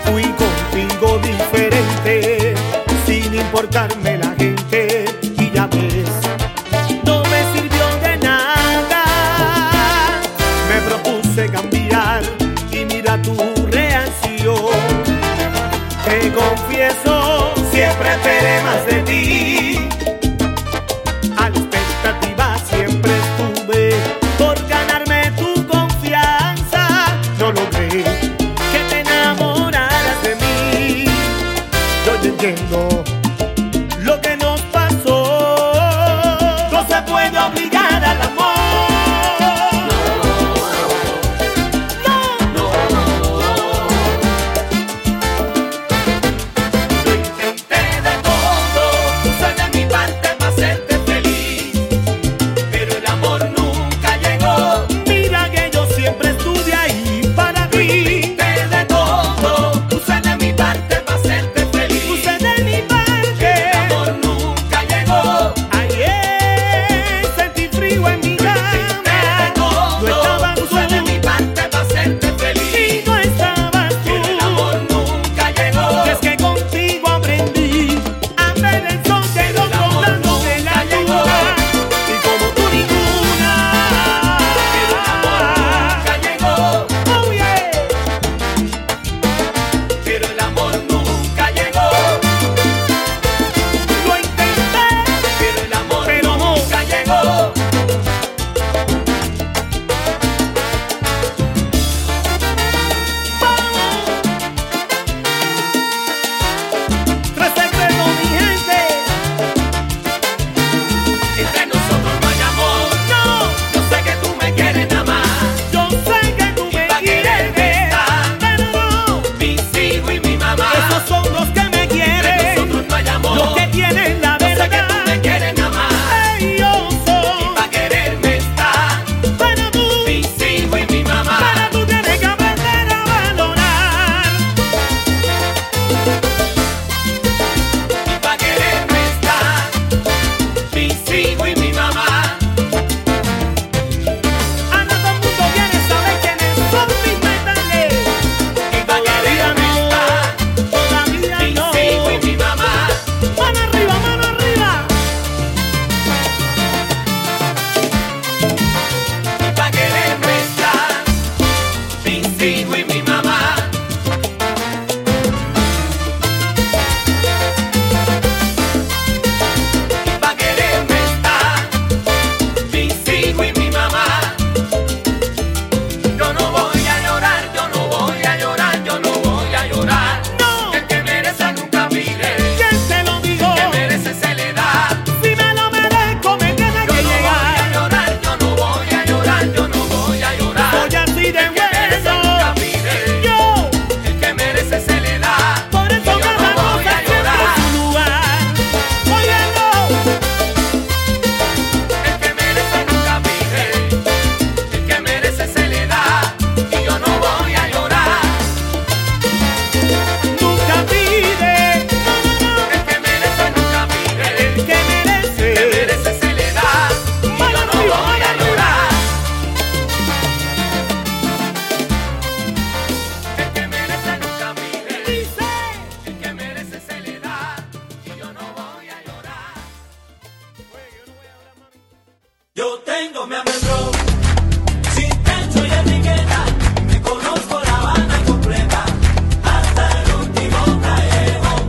F: Fui contigo diferente, sin importarme la gente. Y ya ves, no me sirvió de nada. Me propuse cambiar y mirar siempre esperé más de ti.
I: A la expectativa siempre estuve por ganarme tu confianza. No logré que te enamoraras de mí. Yo ya entiendo lo que nos pasó. No se puede obligar al amor.
F: Intenté de todo, usé de mi parte para hacerte feliz. Pero el amor nunca llegó.
I: Mira que yo siempre estuve ahí para ti.
F: Intenté de todo, usé de mi parte para hacerte feliz.
I: Usted de mi
F: El
I: parque.
F: amor nunca llegó.
I: Ayer sentí frío en mi
F: Intenté de
I: cama. No
F: todo,
I: estabas tú
F: usé de mi parte para hacerte
I: y
F: feliz.
I: no estabas
F: Pero el
I: tú.
F: amor nunca
I: Y
F: llegó.
I: es que contigo aprendí a ver el son de los
F: El amor
I: comandos de la
F: nunca llegó.
I: luna. Y como tú ninguna.
F: Pero el amor nunca llegó.
I: Oh, yeah.
F: Pero el amor nunca llegó.
I: Lo intenté,
F: Pero el amor
I: pero no.
F: nunca llegó.
I: Tres secretos, mi gente.
F: Entre nosotros no hay amor.
I: No,
F: Yo sé que tú me quieres nada más.
I: yo sé que tú me
F: pa'
I: quieres.
F: quererme está.
I: Pero no,
F: Mis hijos y mi mamá.
I: esos son los que me
F: Entre
I: quieren.
F: nosotros no hay amor.
I: Los que tienen la
F: Yo sé que tú me
I: verdad.
F: quieres nada más.
I: Ey, yo soy
F: Pa' quererme está.
I: para tú.
F: Mis hijos y mi mamá.
I: Para tú tienes que aprender a valorar.
F: Y pa' quererme está. Mis hijos y mi mamá.
I: Anda todo el mundo quiere saber quiénes son mis metales.
F: Y pa' quererme está.
I: Todavía
F: Mis
I: no.
F: hijos y mi mamá.
I: Mano arriba, mano arriba.
F: Y pa' quererme está. Mis hijos y mi mamá. Y pa' quererme está. Mis hijos y mi mamá. Yo no voy a llorar, yo no voy a llorar, yo no voy a llorar.
I: No.
F: El que merece nunca vive.
I: ¿Quién te lo digo?
F: El que merece se le da.
I: Si me lo merezco, me tiene
F: Yo
I: que
F: no voy a
I: llegar.
F: llorar, yo no voy a llorar, yo no voy a llorar.
I: Soy así de
F: El que merece nunca
I: bueno.
F: vive.
I: Yo,
F: El que merece se le da.
I: por
F: Y yo
I: eso cada
F: no voy
I: cosa
F: a
I: tiene
F: llorar.
I: su lugar. Óyelo.
F: El que merece nunca vive. El que merece se le da. Y yo no voy a llorar.
I: Nunca pide. No, no, no.
F: El que merece nunca vive.
I: Que merece.
F: El que merece se le da. Y yo no voy a llorar. El que merece nunca vive. El que merece se le da. Y yo no voy a llorar.
K: Yo tengo mi amendro, sin techo y etiqueta, me conozco la Habana completa, hasta el último callejón.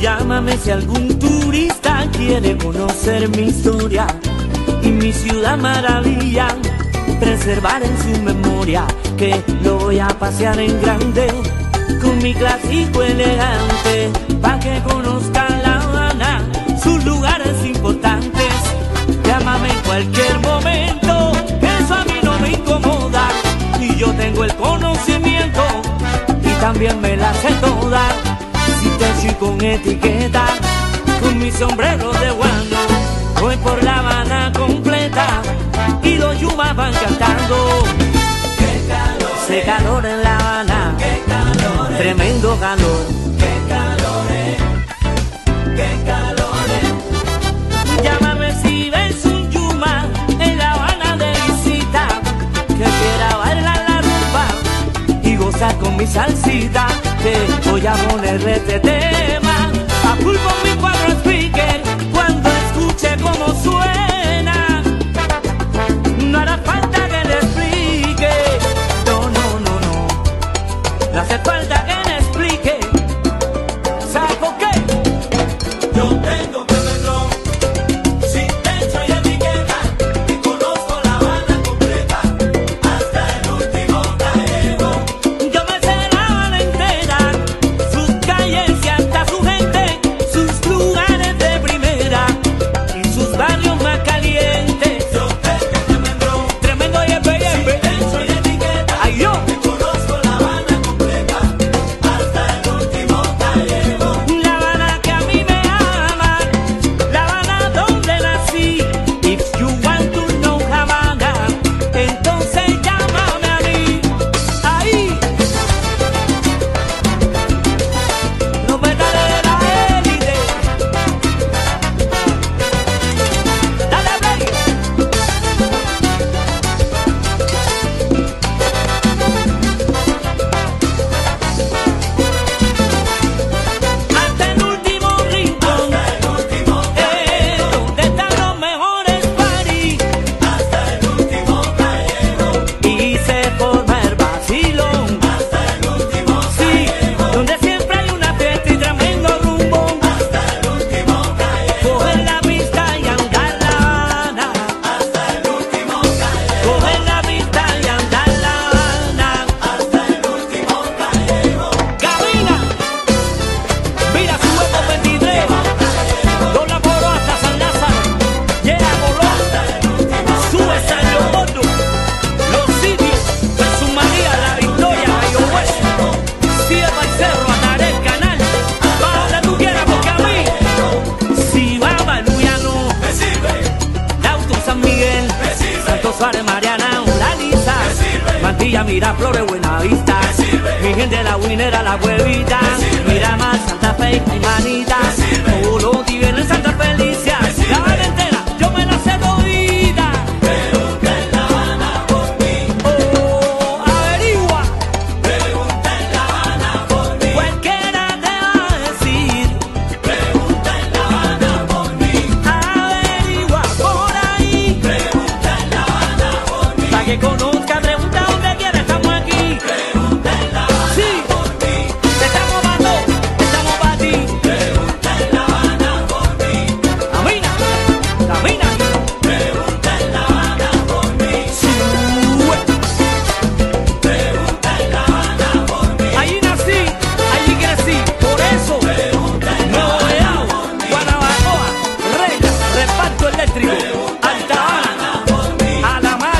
K: Llámame si algún turista quiere conocer mi historia y mi ciudad maravilla, preservar en su memoria que lo voy a pasear en grande con mi clásico elegante, pa' que conozca La Habana, sus lugares importantes. Llámame en cualquier momento, eso a mí no me incomoda y yo tengo el conocimiento y también me la sé toda. Si te soy con etiqueta, con mi sombrero de guano, voy por la Habana completa y los yumas van cantando. Se calor en La Habana, tremendo calor. Llámame si ves un Yuma en La Habana de visita Que quiera bailar la rumba y gozar con mi salsita Que voy a poner este tema A full con mi cuatro speaker cuando escuche cómo suena
G: Suárez, Mariana, la Lisa. Mantilla, mira, flores, buena vista. Mi gente, la winera, la huevita. Mira más, Santa Fe y manita. Todo tiene en Santa Felicia. La vaina entera, yo me la sé todita. Pregunta en La Habana por mí. Oh, averigua. Pregunta en La Habana por mí. Cualquiera te va a decir. Pregunta en La Habana por mí. Averigua por ahí. Pregunta en La Habana por mí. Para que conozca, pregunta donde quiera, estamos aquí. Pregunta en La Habana por mí. Te estamos dando, te estamos para ti. Pregunta en La Habana por mí. Camina, camina. Pregunta en La Habana por mí. Sube. Pregunta en La Habana por mí. Allí nací, allí crecí, por eso. Pregunta en La Habana por mí. Guanabacoa, Reyes, reparto eléctrico. Alta Habana, a la Bahía.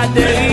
F: este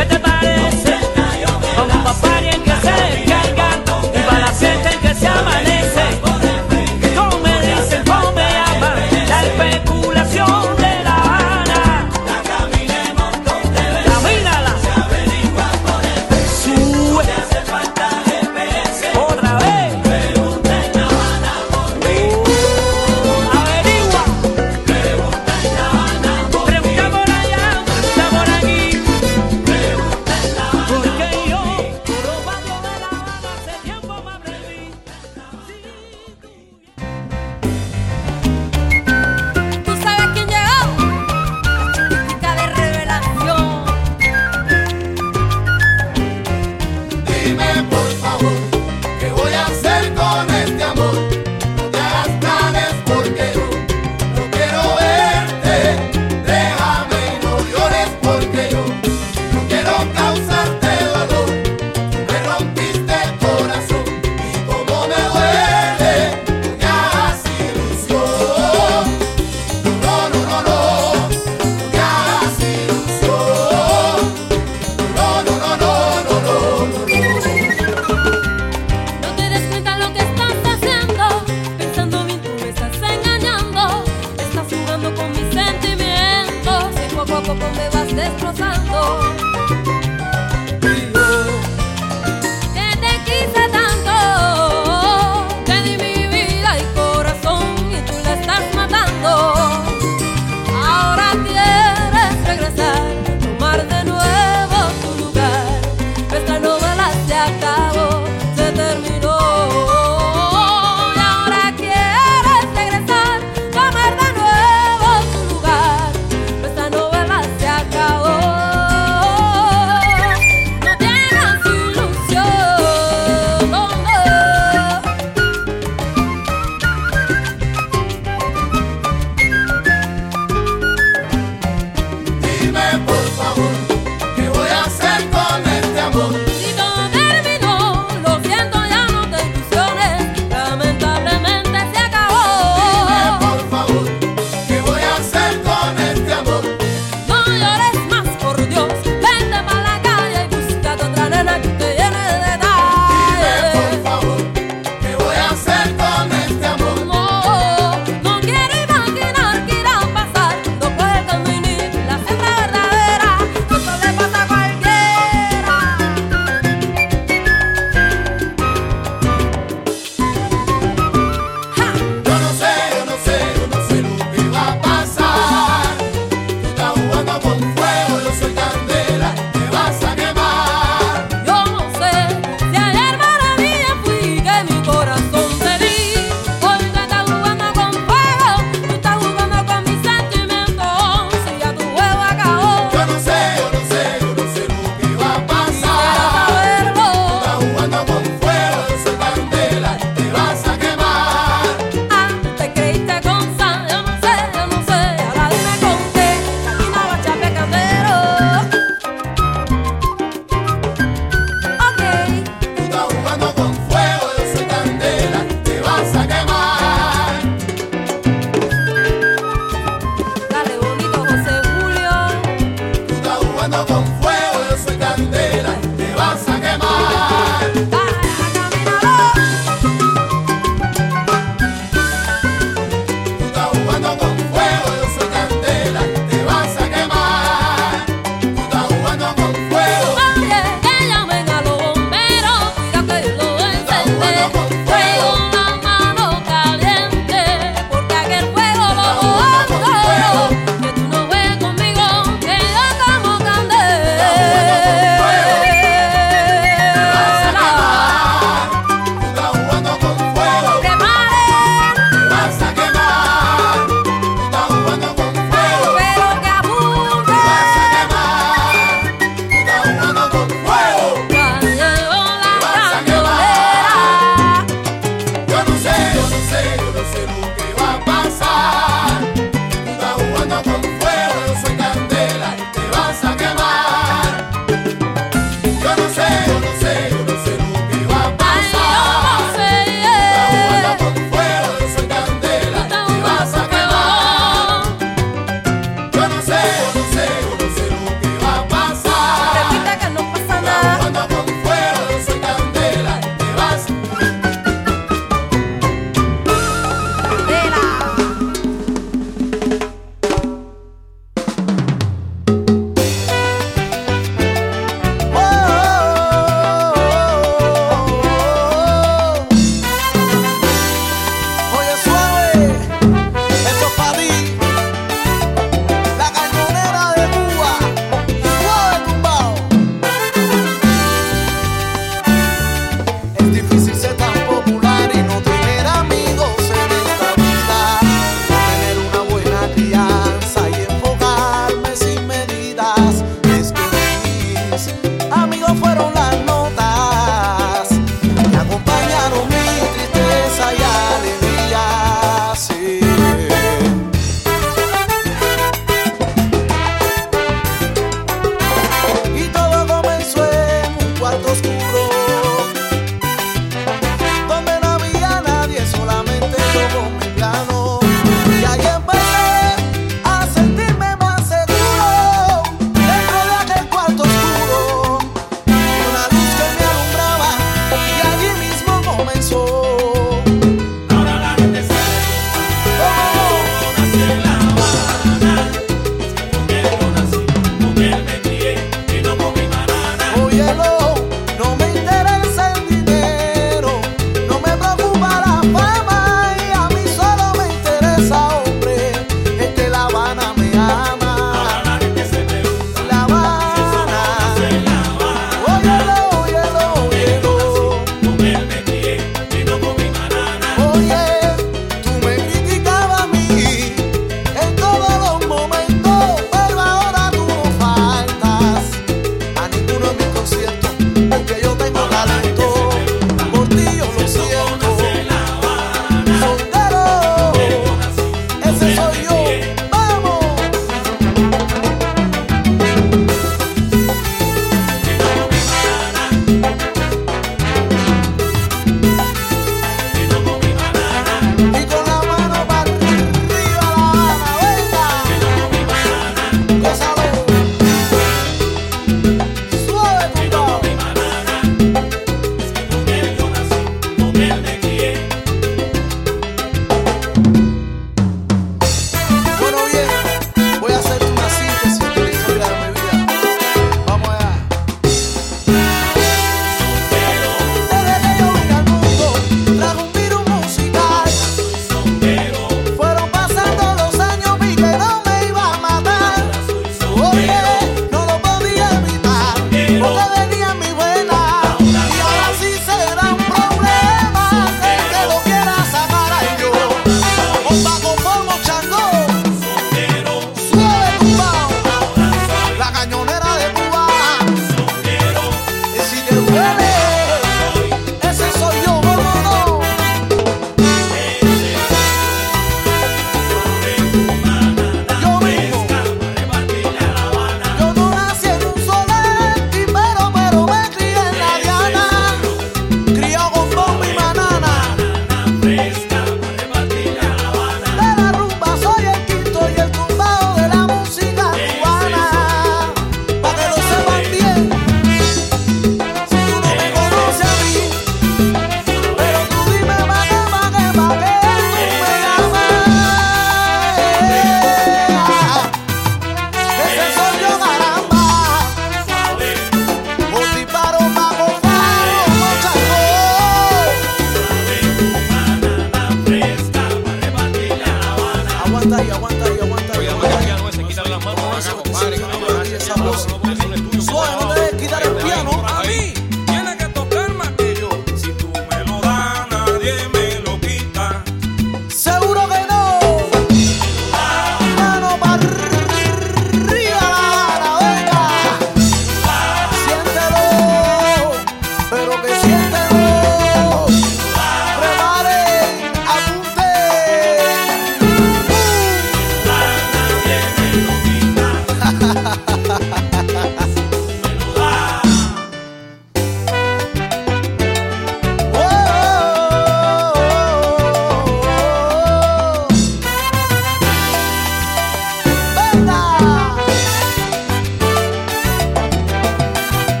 B: Oh, Oh,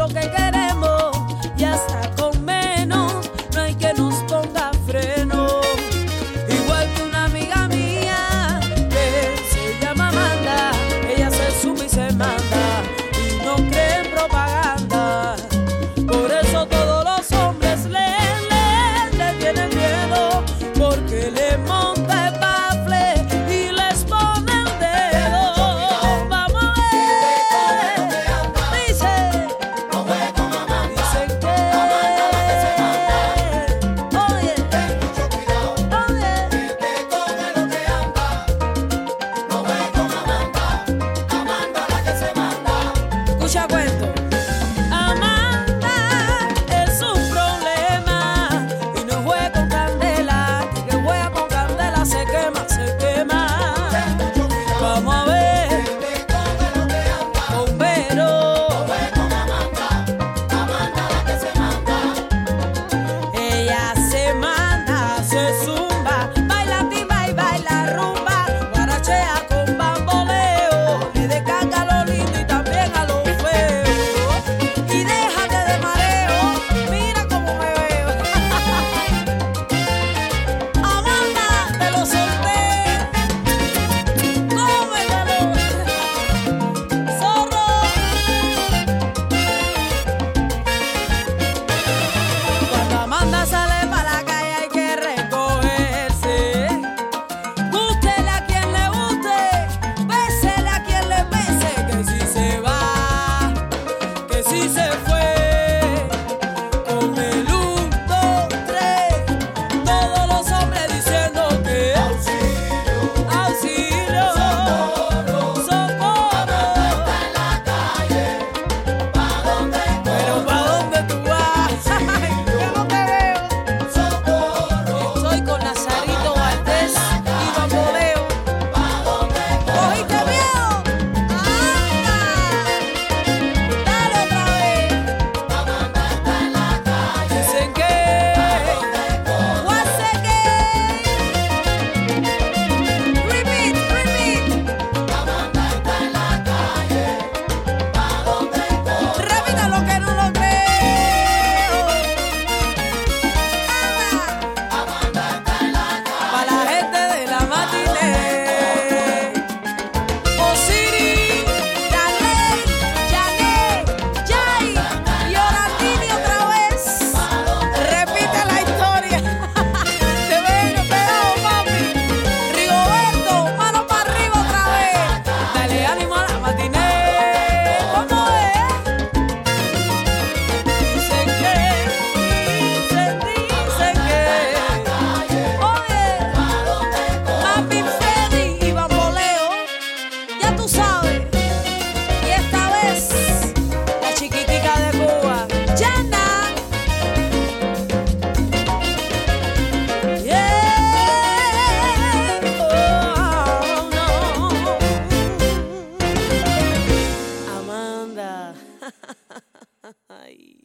B: oh,
H: que queremos y hasta con menos no hay que nos ponga freno. Igual que una amiga mía que se llama Amanda, ella se suma y se manda y no cree en propaganda. Por eso todos los hombres le, le, le tienen miedo, porque le monta el bafle y les pone el dedo. Vamos a ver, dice, no juegues con Amanda, dicen que, oye, ten mucho cuidado, oye, que te coge lo que anda, no juegues con Amanda, Amanda la que se manda. Escucha cuento. Amanda es un problema y no juega con candela, que juega con candela se quema, se quema. Vamos a ver, bombero, ella se manda, se zumba, baila timba y baila rumba, guarachea con bamboleo, le descarga a lo lindo y también a lo feo. Y déjate de mareo, mira cómo me veo. Amanda, te lo solté. Cómetelo. Zorro. Cuando Amanda sale para la calle hay que recogerse. Gústele a quien le guste, bésele a quien le bese, que si se va que sí se fue. Con el 1, 2, 3, todos los hombres diciendo que auxilio, auxilio, socorro, Amanda está en la calle, ¿pa' dónde Pero ¿pa' dónde tú vas? Yo no te veo, socorro, estoy con Lazarito Valdés y Bamboleo. ¿Pa' dónde ¿Cogiste miedo? Dale otra vez. Amanda está en la calle. Dicen que. Guase que. Repeat, repeat. Amanda está en la calle. ¿Pa' dónde corre? Repita lo que no lo creo. Amanda está en la calle. Para la gente de la matiné. Oh, Osiri, Yaley, Yaley, Yay, y Orandini otra vez. Repite la historia. Te veo, te veo, papi. Rigoberto, mano para arriba otra vez. Dale ánimo a la matiné. ¿Cómo es? Dicen que, dicen, dicen que. Oye, Mami Freddy y Bamboleo. Ya tú sabes. Y esta vez, la chiquitica de Cuba, Yana. Yeah. Oh, no. Amanda. Ay.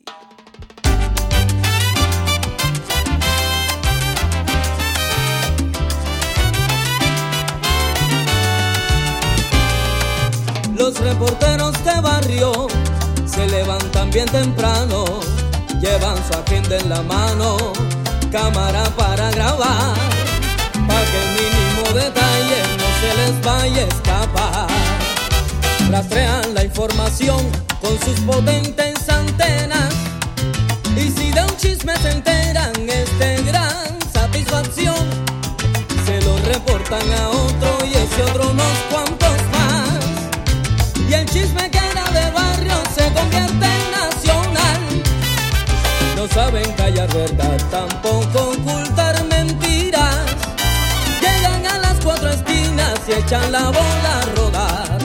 L: Los reporteros de barrio se levantan bien temprano, llevan su agenda en la mano, cámara para grabar, para que el mínimo detalle no se les vaya a escapar. Rastrean la información con sus potentes antenas y si de un chisme se enteran es de gran satisfacción. Se lo reportan a otro y ese otro unos cuantos más. Y el chisme que era de barrio se convierte en nacional. No saben callar verdad, tampoco ocultar mentiras. Llegan a las cuatro esquinas y echan la bola a rodar.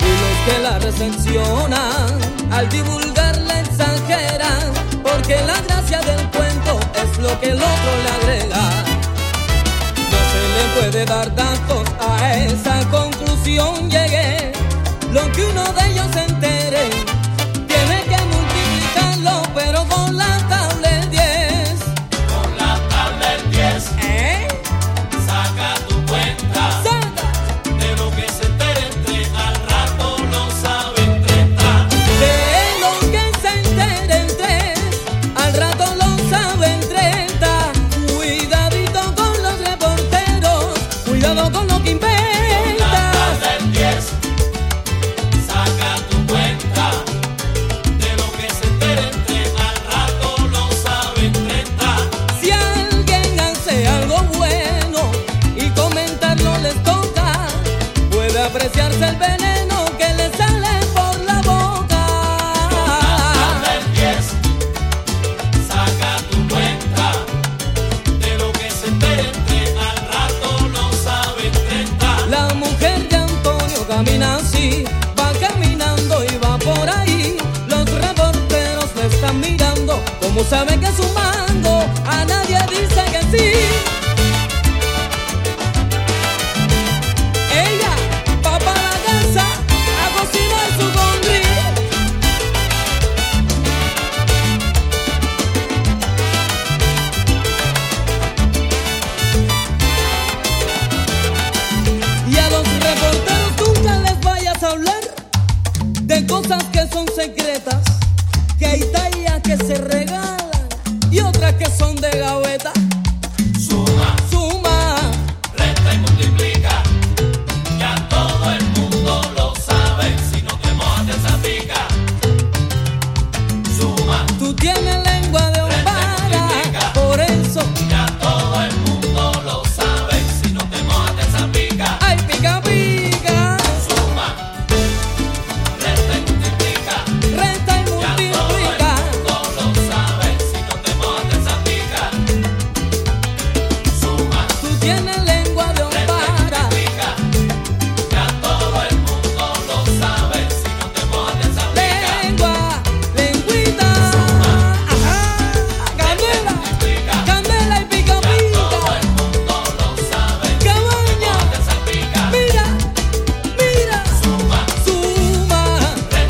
L: Y los que la recepcionan, al divulgar la exageran, porque la gracia del cuento es lo que el otro le agrega. No se le puede dar datos a esa conclusión llegué. Lo que uno de ellos se entere, tiene que multiplicarlo, pero con la tabla del 10.
I: Con la tabla del 10,
L: ¿Eh?
I: saca tu cuenta. De lo que se entere entre al rato no saben treinta.
L: De lo que Como saben que es un mango, a nadie dice que sí. Ella va para la casa a cocinar su gondrí. Y a los reporteros nunca les vayas a hablar de cosas que son secretas, que hay tallas que se regalan y otras que son de gaveta. Suma, suma,
I: Resta y multiplica, ya todo el mundo lo sabe, si no te mojas te salpica. Suma,
L: tú tienes lengua de hombara, por eso
I: ya todo el mundo lo sabe, si no te mojas te salpica.
L: Ay, pica, pica.
I: Suma, resta y multiplica,
L: resta y
I: multiplica. todo el mundo lo sabe, si no te mojas te salpica. Suma,
L: tú tienes lengua de hombara.
I: ya todo el mundo lo sabe, si no te mojas te salpica.
L: Lengua, lengüita. Ajá, candela, candela y pica, pica. Cabaña, mira, mira. Suma, suma.
I: Ya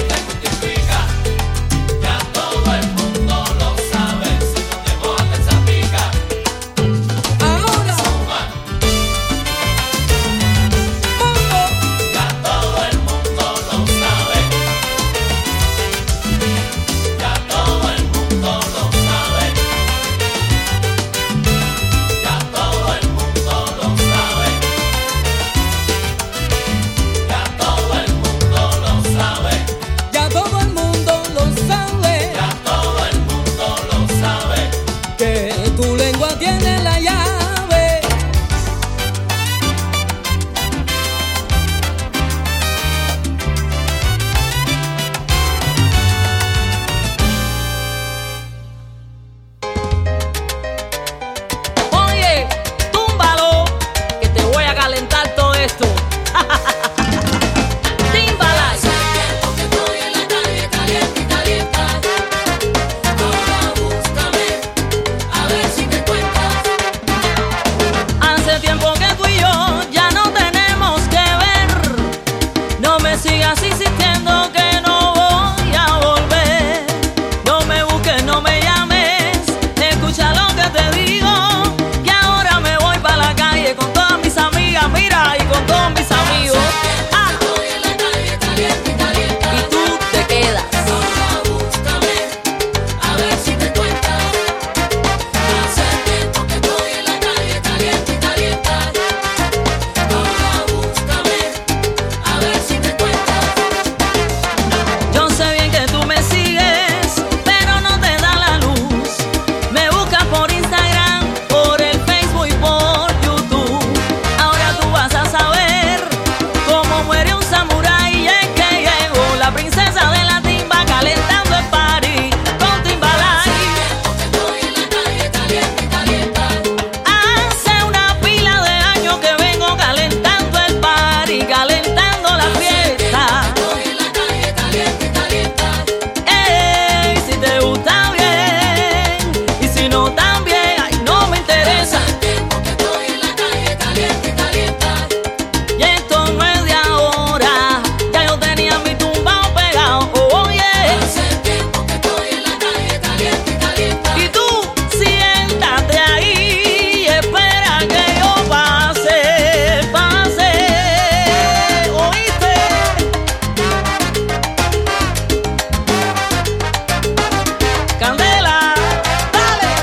I: todo el mundo lo sabe, si no te mojas esa pica.
L: Ahora,
I: Ya todo el mundo lo sabe. Ya todo el mundo lo sabe. Ya todo el mundo lo sabe. Ya todo el mundo lo sabe.
L: ya todo el mundo lo sabe.
I: Ya todo el mundo lo sabe.
L: que tu lengua tiene la llave.
D: Oye, túmbalo, que te voy a calentar todo esto. Tímbala.
I: Estoy en la calle caliente y calienta. Ahora búscame, a ver si te cuentas.
D: Hace tiempo que tú y yo ya no tenemos que ver. No me sigas insistiendo que no voy a volver. No me busques, no me llames. Escucha lo que te digo. Que ahora me voy para la calle con todas mis amigas, mira, y con todos mis amigos. Ah. Y tú te quedas.
I: A ver si te cuentas. Hace tiempo que estoy en la calle caliente y calienta. Ahora búscame, a ver si te cuentas.
D: Yo sé bien que tú me sigues, pero no te da la luz. Me buscas por Instagram, por el Facebook y por YouTube. Ahora tú vas a saber cómo muere un samurái. Y es que llegó la princesa de la timba calentando el party con Timbalay. Hace una pila de años que vengo calentando el party, calentando la fiesta. Ey, si te gusta bien, y si no también, ay, no me interesa. Y esto no es de ahora, ya yo tenía mi tumbao pegado, oye. Y tú siéntate ahí y espera que yo pase, pase, oíste. Candela, dale.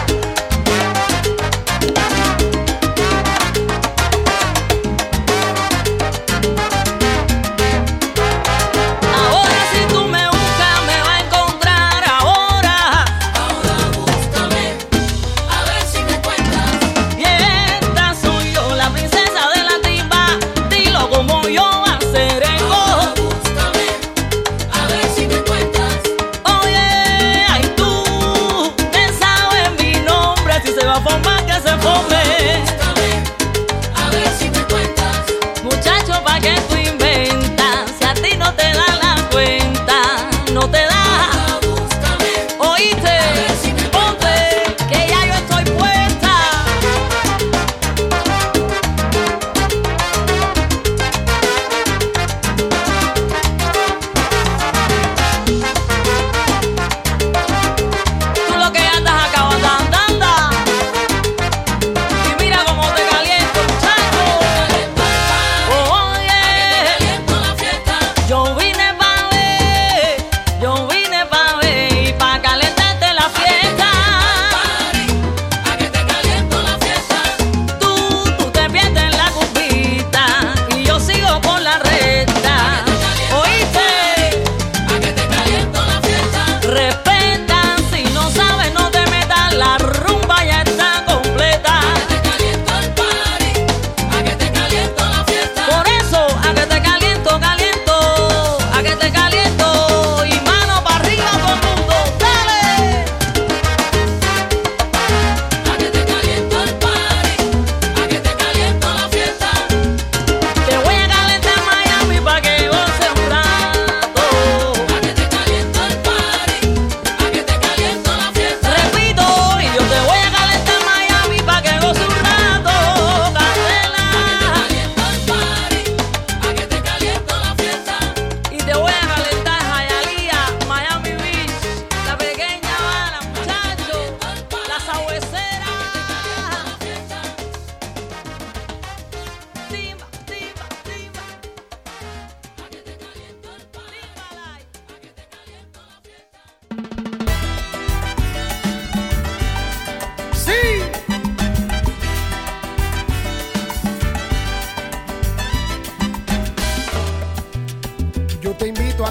D: Ahora si tú me buscas me va a encontrar ahora.
I: A ver si te cuentas.
D: Y esta soy yo, la princesa de la timba. Dilo como yo haceré. Ahora
I: búscame, a ver si te cuentas.
D: Oye, ay tú, que sabes mi nombre. Si se va a formar, que se forme.
I: A ver si te cuentas.
D: Muchacho, ¿para qué tú inventas? Si a ti no te da la cuenta, no te da. Oíste, ponte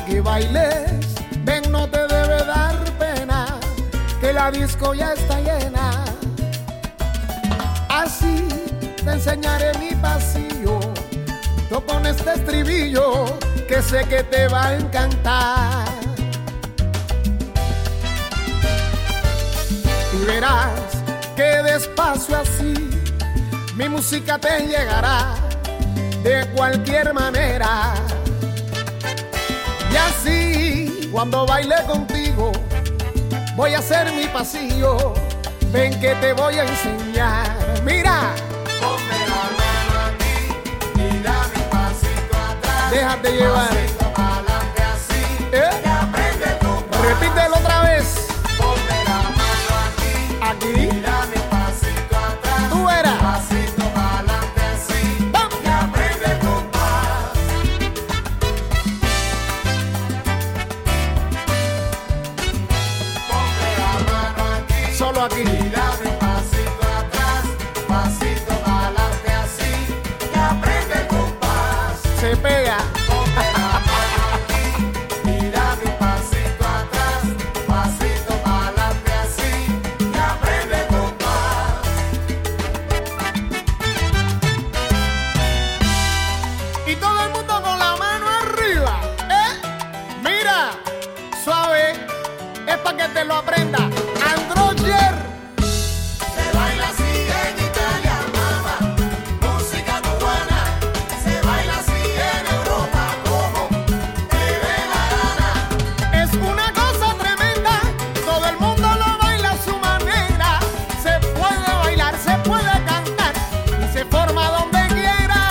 M: que bailes, ven no te debe dar pena, que la disco ya está llena. Así te enseñaré mi pasillo, yo con este estribillo que sé que te va a encantar. Y verás que despacio así mi música te llegará de cualquier manera. Y así, cuando baile contigo, voy a hacer mi pasillo. Ven que te voy a enseñar. Mira.
I: Ponme la mano aquí y dame un pasito atrás.
M: Déjate llevar.
I: Pasito pa'lante así.
M: ¿Eh?
I: Y aprende tu paso.
M: Repítelo otra vez.
I: Ponme la mano aquí.
M: Aquí.
I: Y dame un pasito atrás.
M: Tú verás.
I: Pasito pa'lante así. Y aprende tu paso. Ponme la mano aquí.
M: Solo aquí.
I: Y dame un pasito atrás. Pasito pa'lante así. Y aprende tu paso.
M: Se pega.
I: Ponme la mano aquí y dame un pasito atrás, pasito para adelante así, y aprende con paz.
M: Y todo el mundo con la mano arriba. ¿Eh? Mira. Suave. Es para que te lo aprenda. Androyer.
I: Se baila así en Italia, mamá, música cubana. Se baila así en Europa, como te dé la gana.
M: Es una cosa tremenda, todo el mundo lo baila a su manera. Se puede bailar, se puede cantar y se forma donde quiera.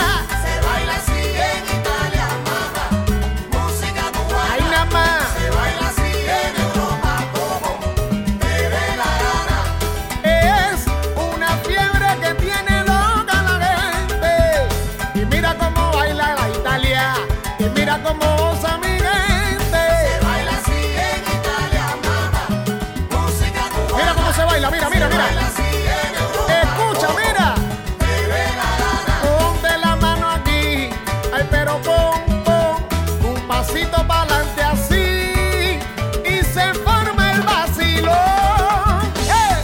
I: Se baila así en Italia, mamá, música
M: Ay,
I: cubana.
M: nada más.
I: Se baila así en Europa, como te dé la gana.
M: Es una fiebre que tiene loca la gente. Y mira cómo baila la Italia. Y mira cómo goza mi gente.
I: Baila así en Italia, mamá, música cubana.
M: Mira cómo se baila, mira, mira, mira.
I: Baila así en Europa,
M: Escucha, mira.
I: bebe la gana.
M: Ponte la mano aquí, ay pero pon, pon un pasito para adelante así y se forma el vacilón. ¡Eh!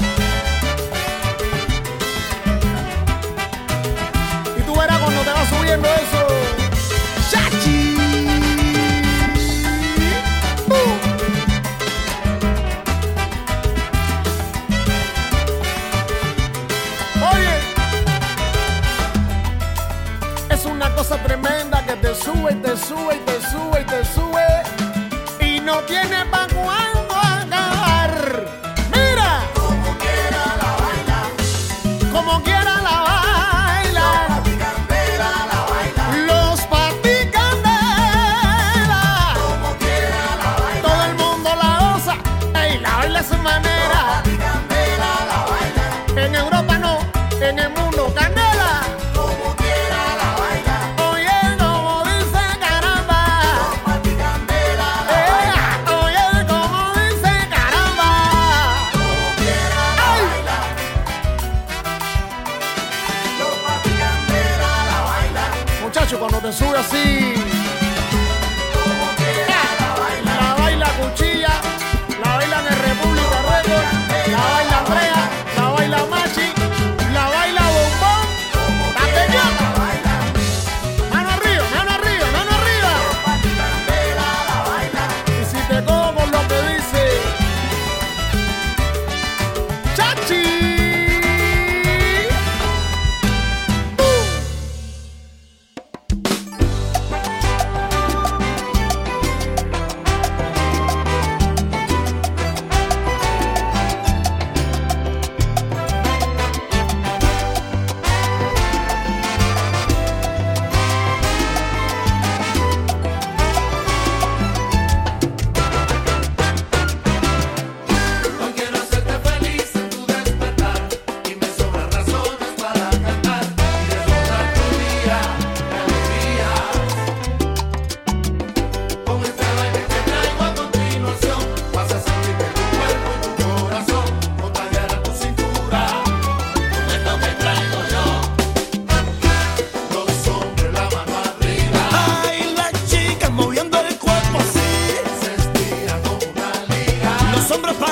M: Y tú verás cuando te va subiendo eso. ¡Chachi! ¡Uh! Oye, es una cosa tremenda que te sube y te sube y te sube y te sube y no tiene pa' cuándo acabar. Mira,
I: Como quiera la baila,
M: como quiera la baila,
I: mi candela la baila.
M: los paticandela,
I: Como quiera la baila,
M: todo el mundo la osa, y la baila a su manera.
I: mi candela la baila.
M: En Europa no, en el mundo candela.
I: Como quiera la baila,
M: Oye, como dice caramba.
I: mi candela la
M: Eh,
I: baila.
M: Oye, como dice caramba.
I: Como quiera la
M: Ay.
I: baila, mi candela la baila.
M: Muchacho, cuando te sube así. La baila Cuchilla, la baila en el República Record, la baila Andrea, la baila Machi, la baila Bombón, la Peñón. Mano arriba, mano arriba, mano arriba. Y si te como lo que dice. Chachi. ¡Uh!
B: este pues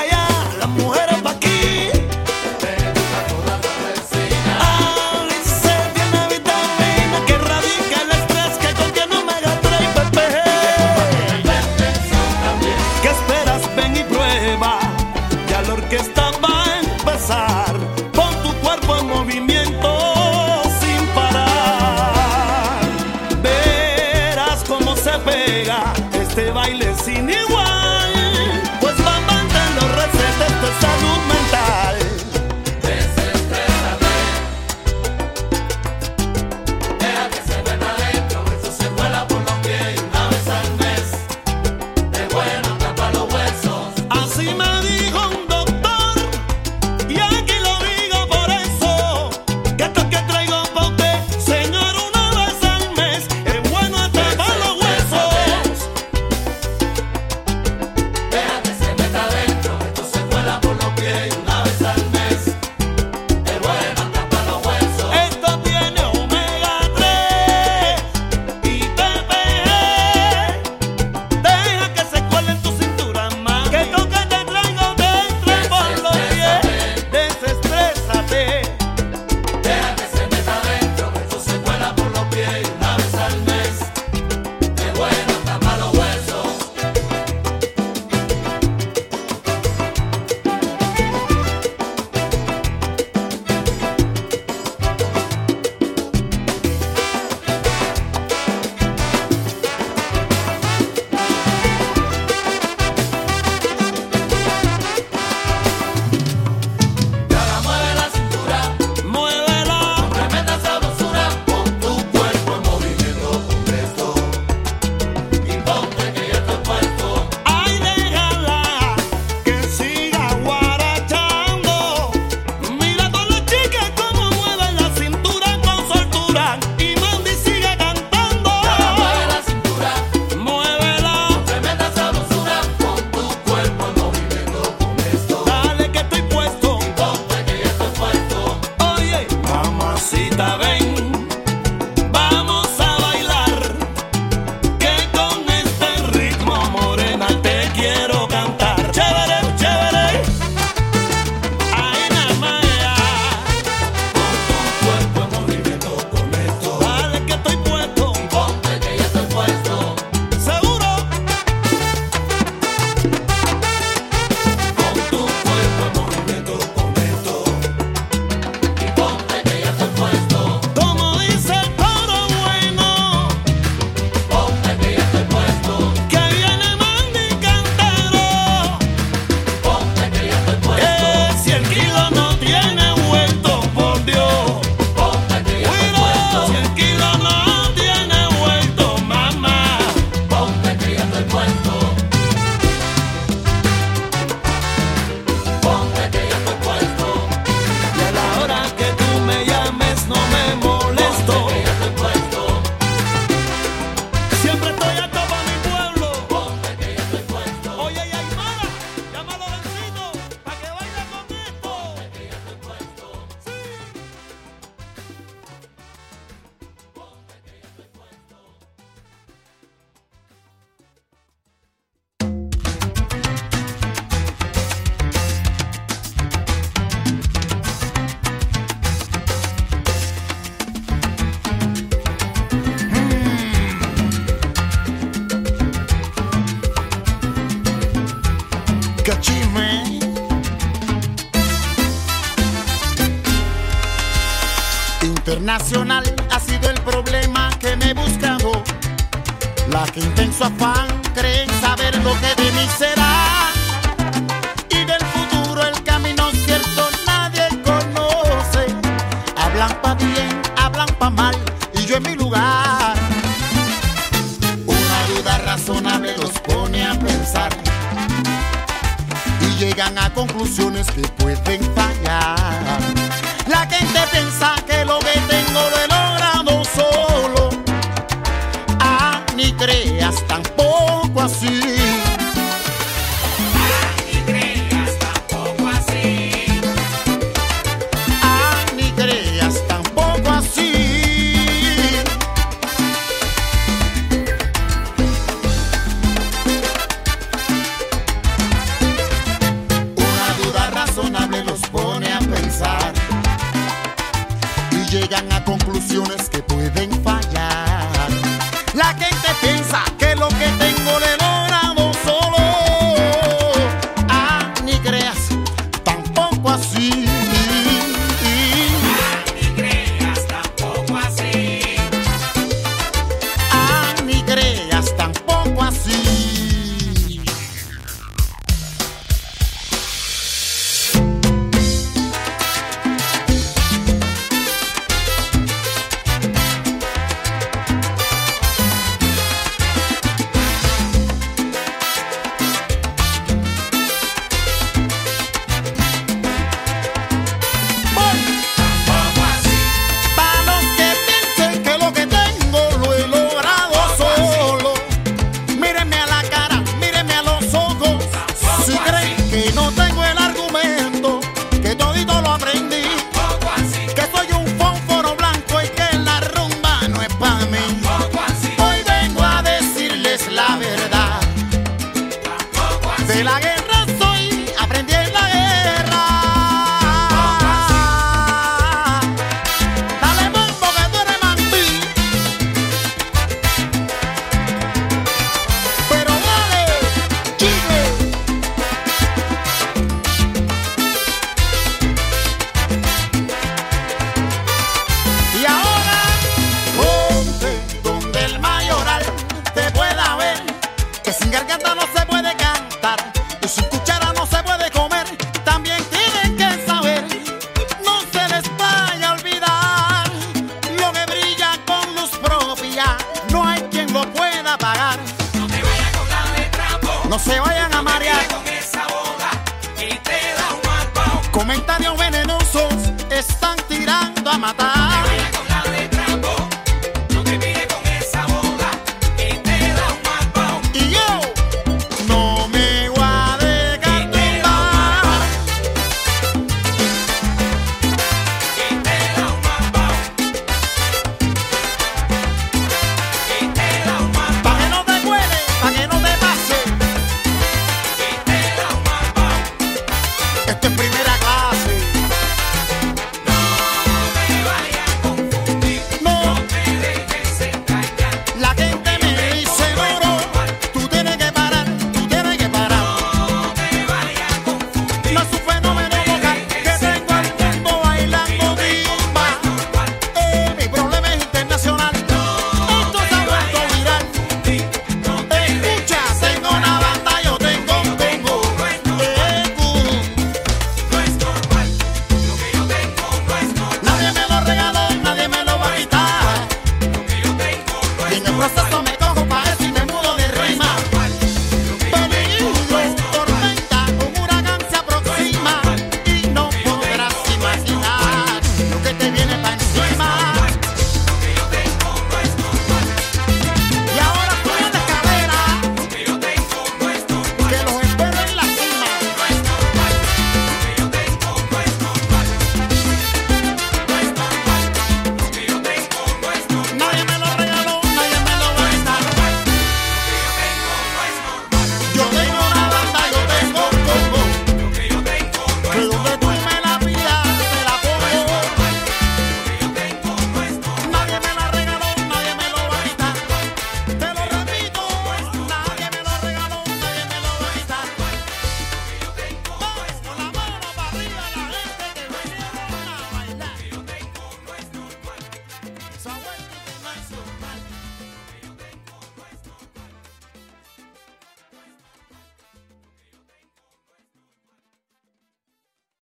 F: Mamacita, ven, vamos a bailar. Que con este ritmo, morena, te quiero cantar. Chévere, chévere. Ay, nada más, Con tu cuerpo en que toco, me toco. Dale que estoy puesto. Ponte que ya estoy puesto. Seguro. Como dice el toro bueno, ponte que ya estoy puesto, que viene Mandy cantero, ponte que ya estoy puesto, Eh, si el kilo no tiene vuelto, por Dios, ponte que ya estoy puesto, si el kilo no tiene vuelto, mamá, ponte que ya estoy puesto, ponte que ya estoy puesto. Y a la hora que tú me llames no me molesto. Siempre estoy a topa mi pueblo. Oye, y Aymara, llámalo Bencito, para que baile con esto.
J: Cachime.
N: Internacional ha sido el problema que me he buscado. La que intenso afán creen saber lo que de mí será. Y del futuro el camino cierto nadie conoce. Hablan pa' bien, hablan pa' mal, y yo en mi lugar. Una duda razonable los pone a pensar. Y llegan a conclusiones que pueden fallar. La gente piensa que lo que tengo lo he logrado solo. Ah, ni creas tampoco así. Ah, ni creas tampoco así. Una duda razonable los pone a pensar y llegan a conclusiones que pueden Ah, Ah,
M: Eh,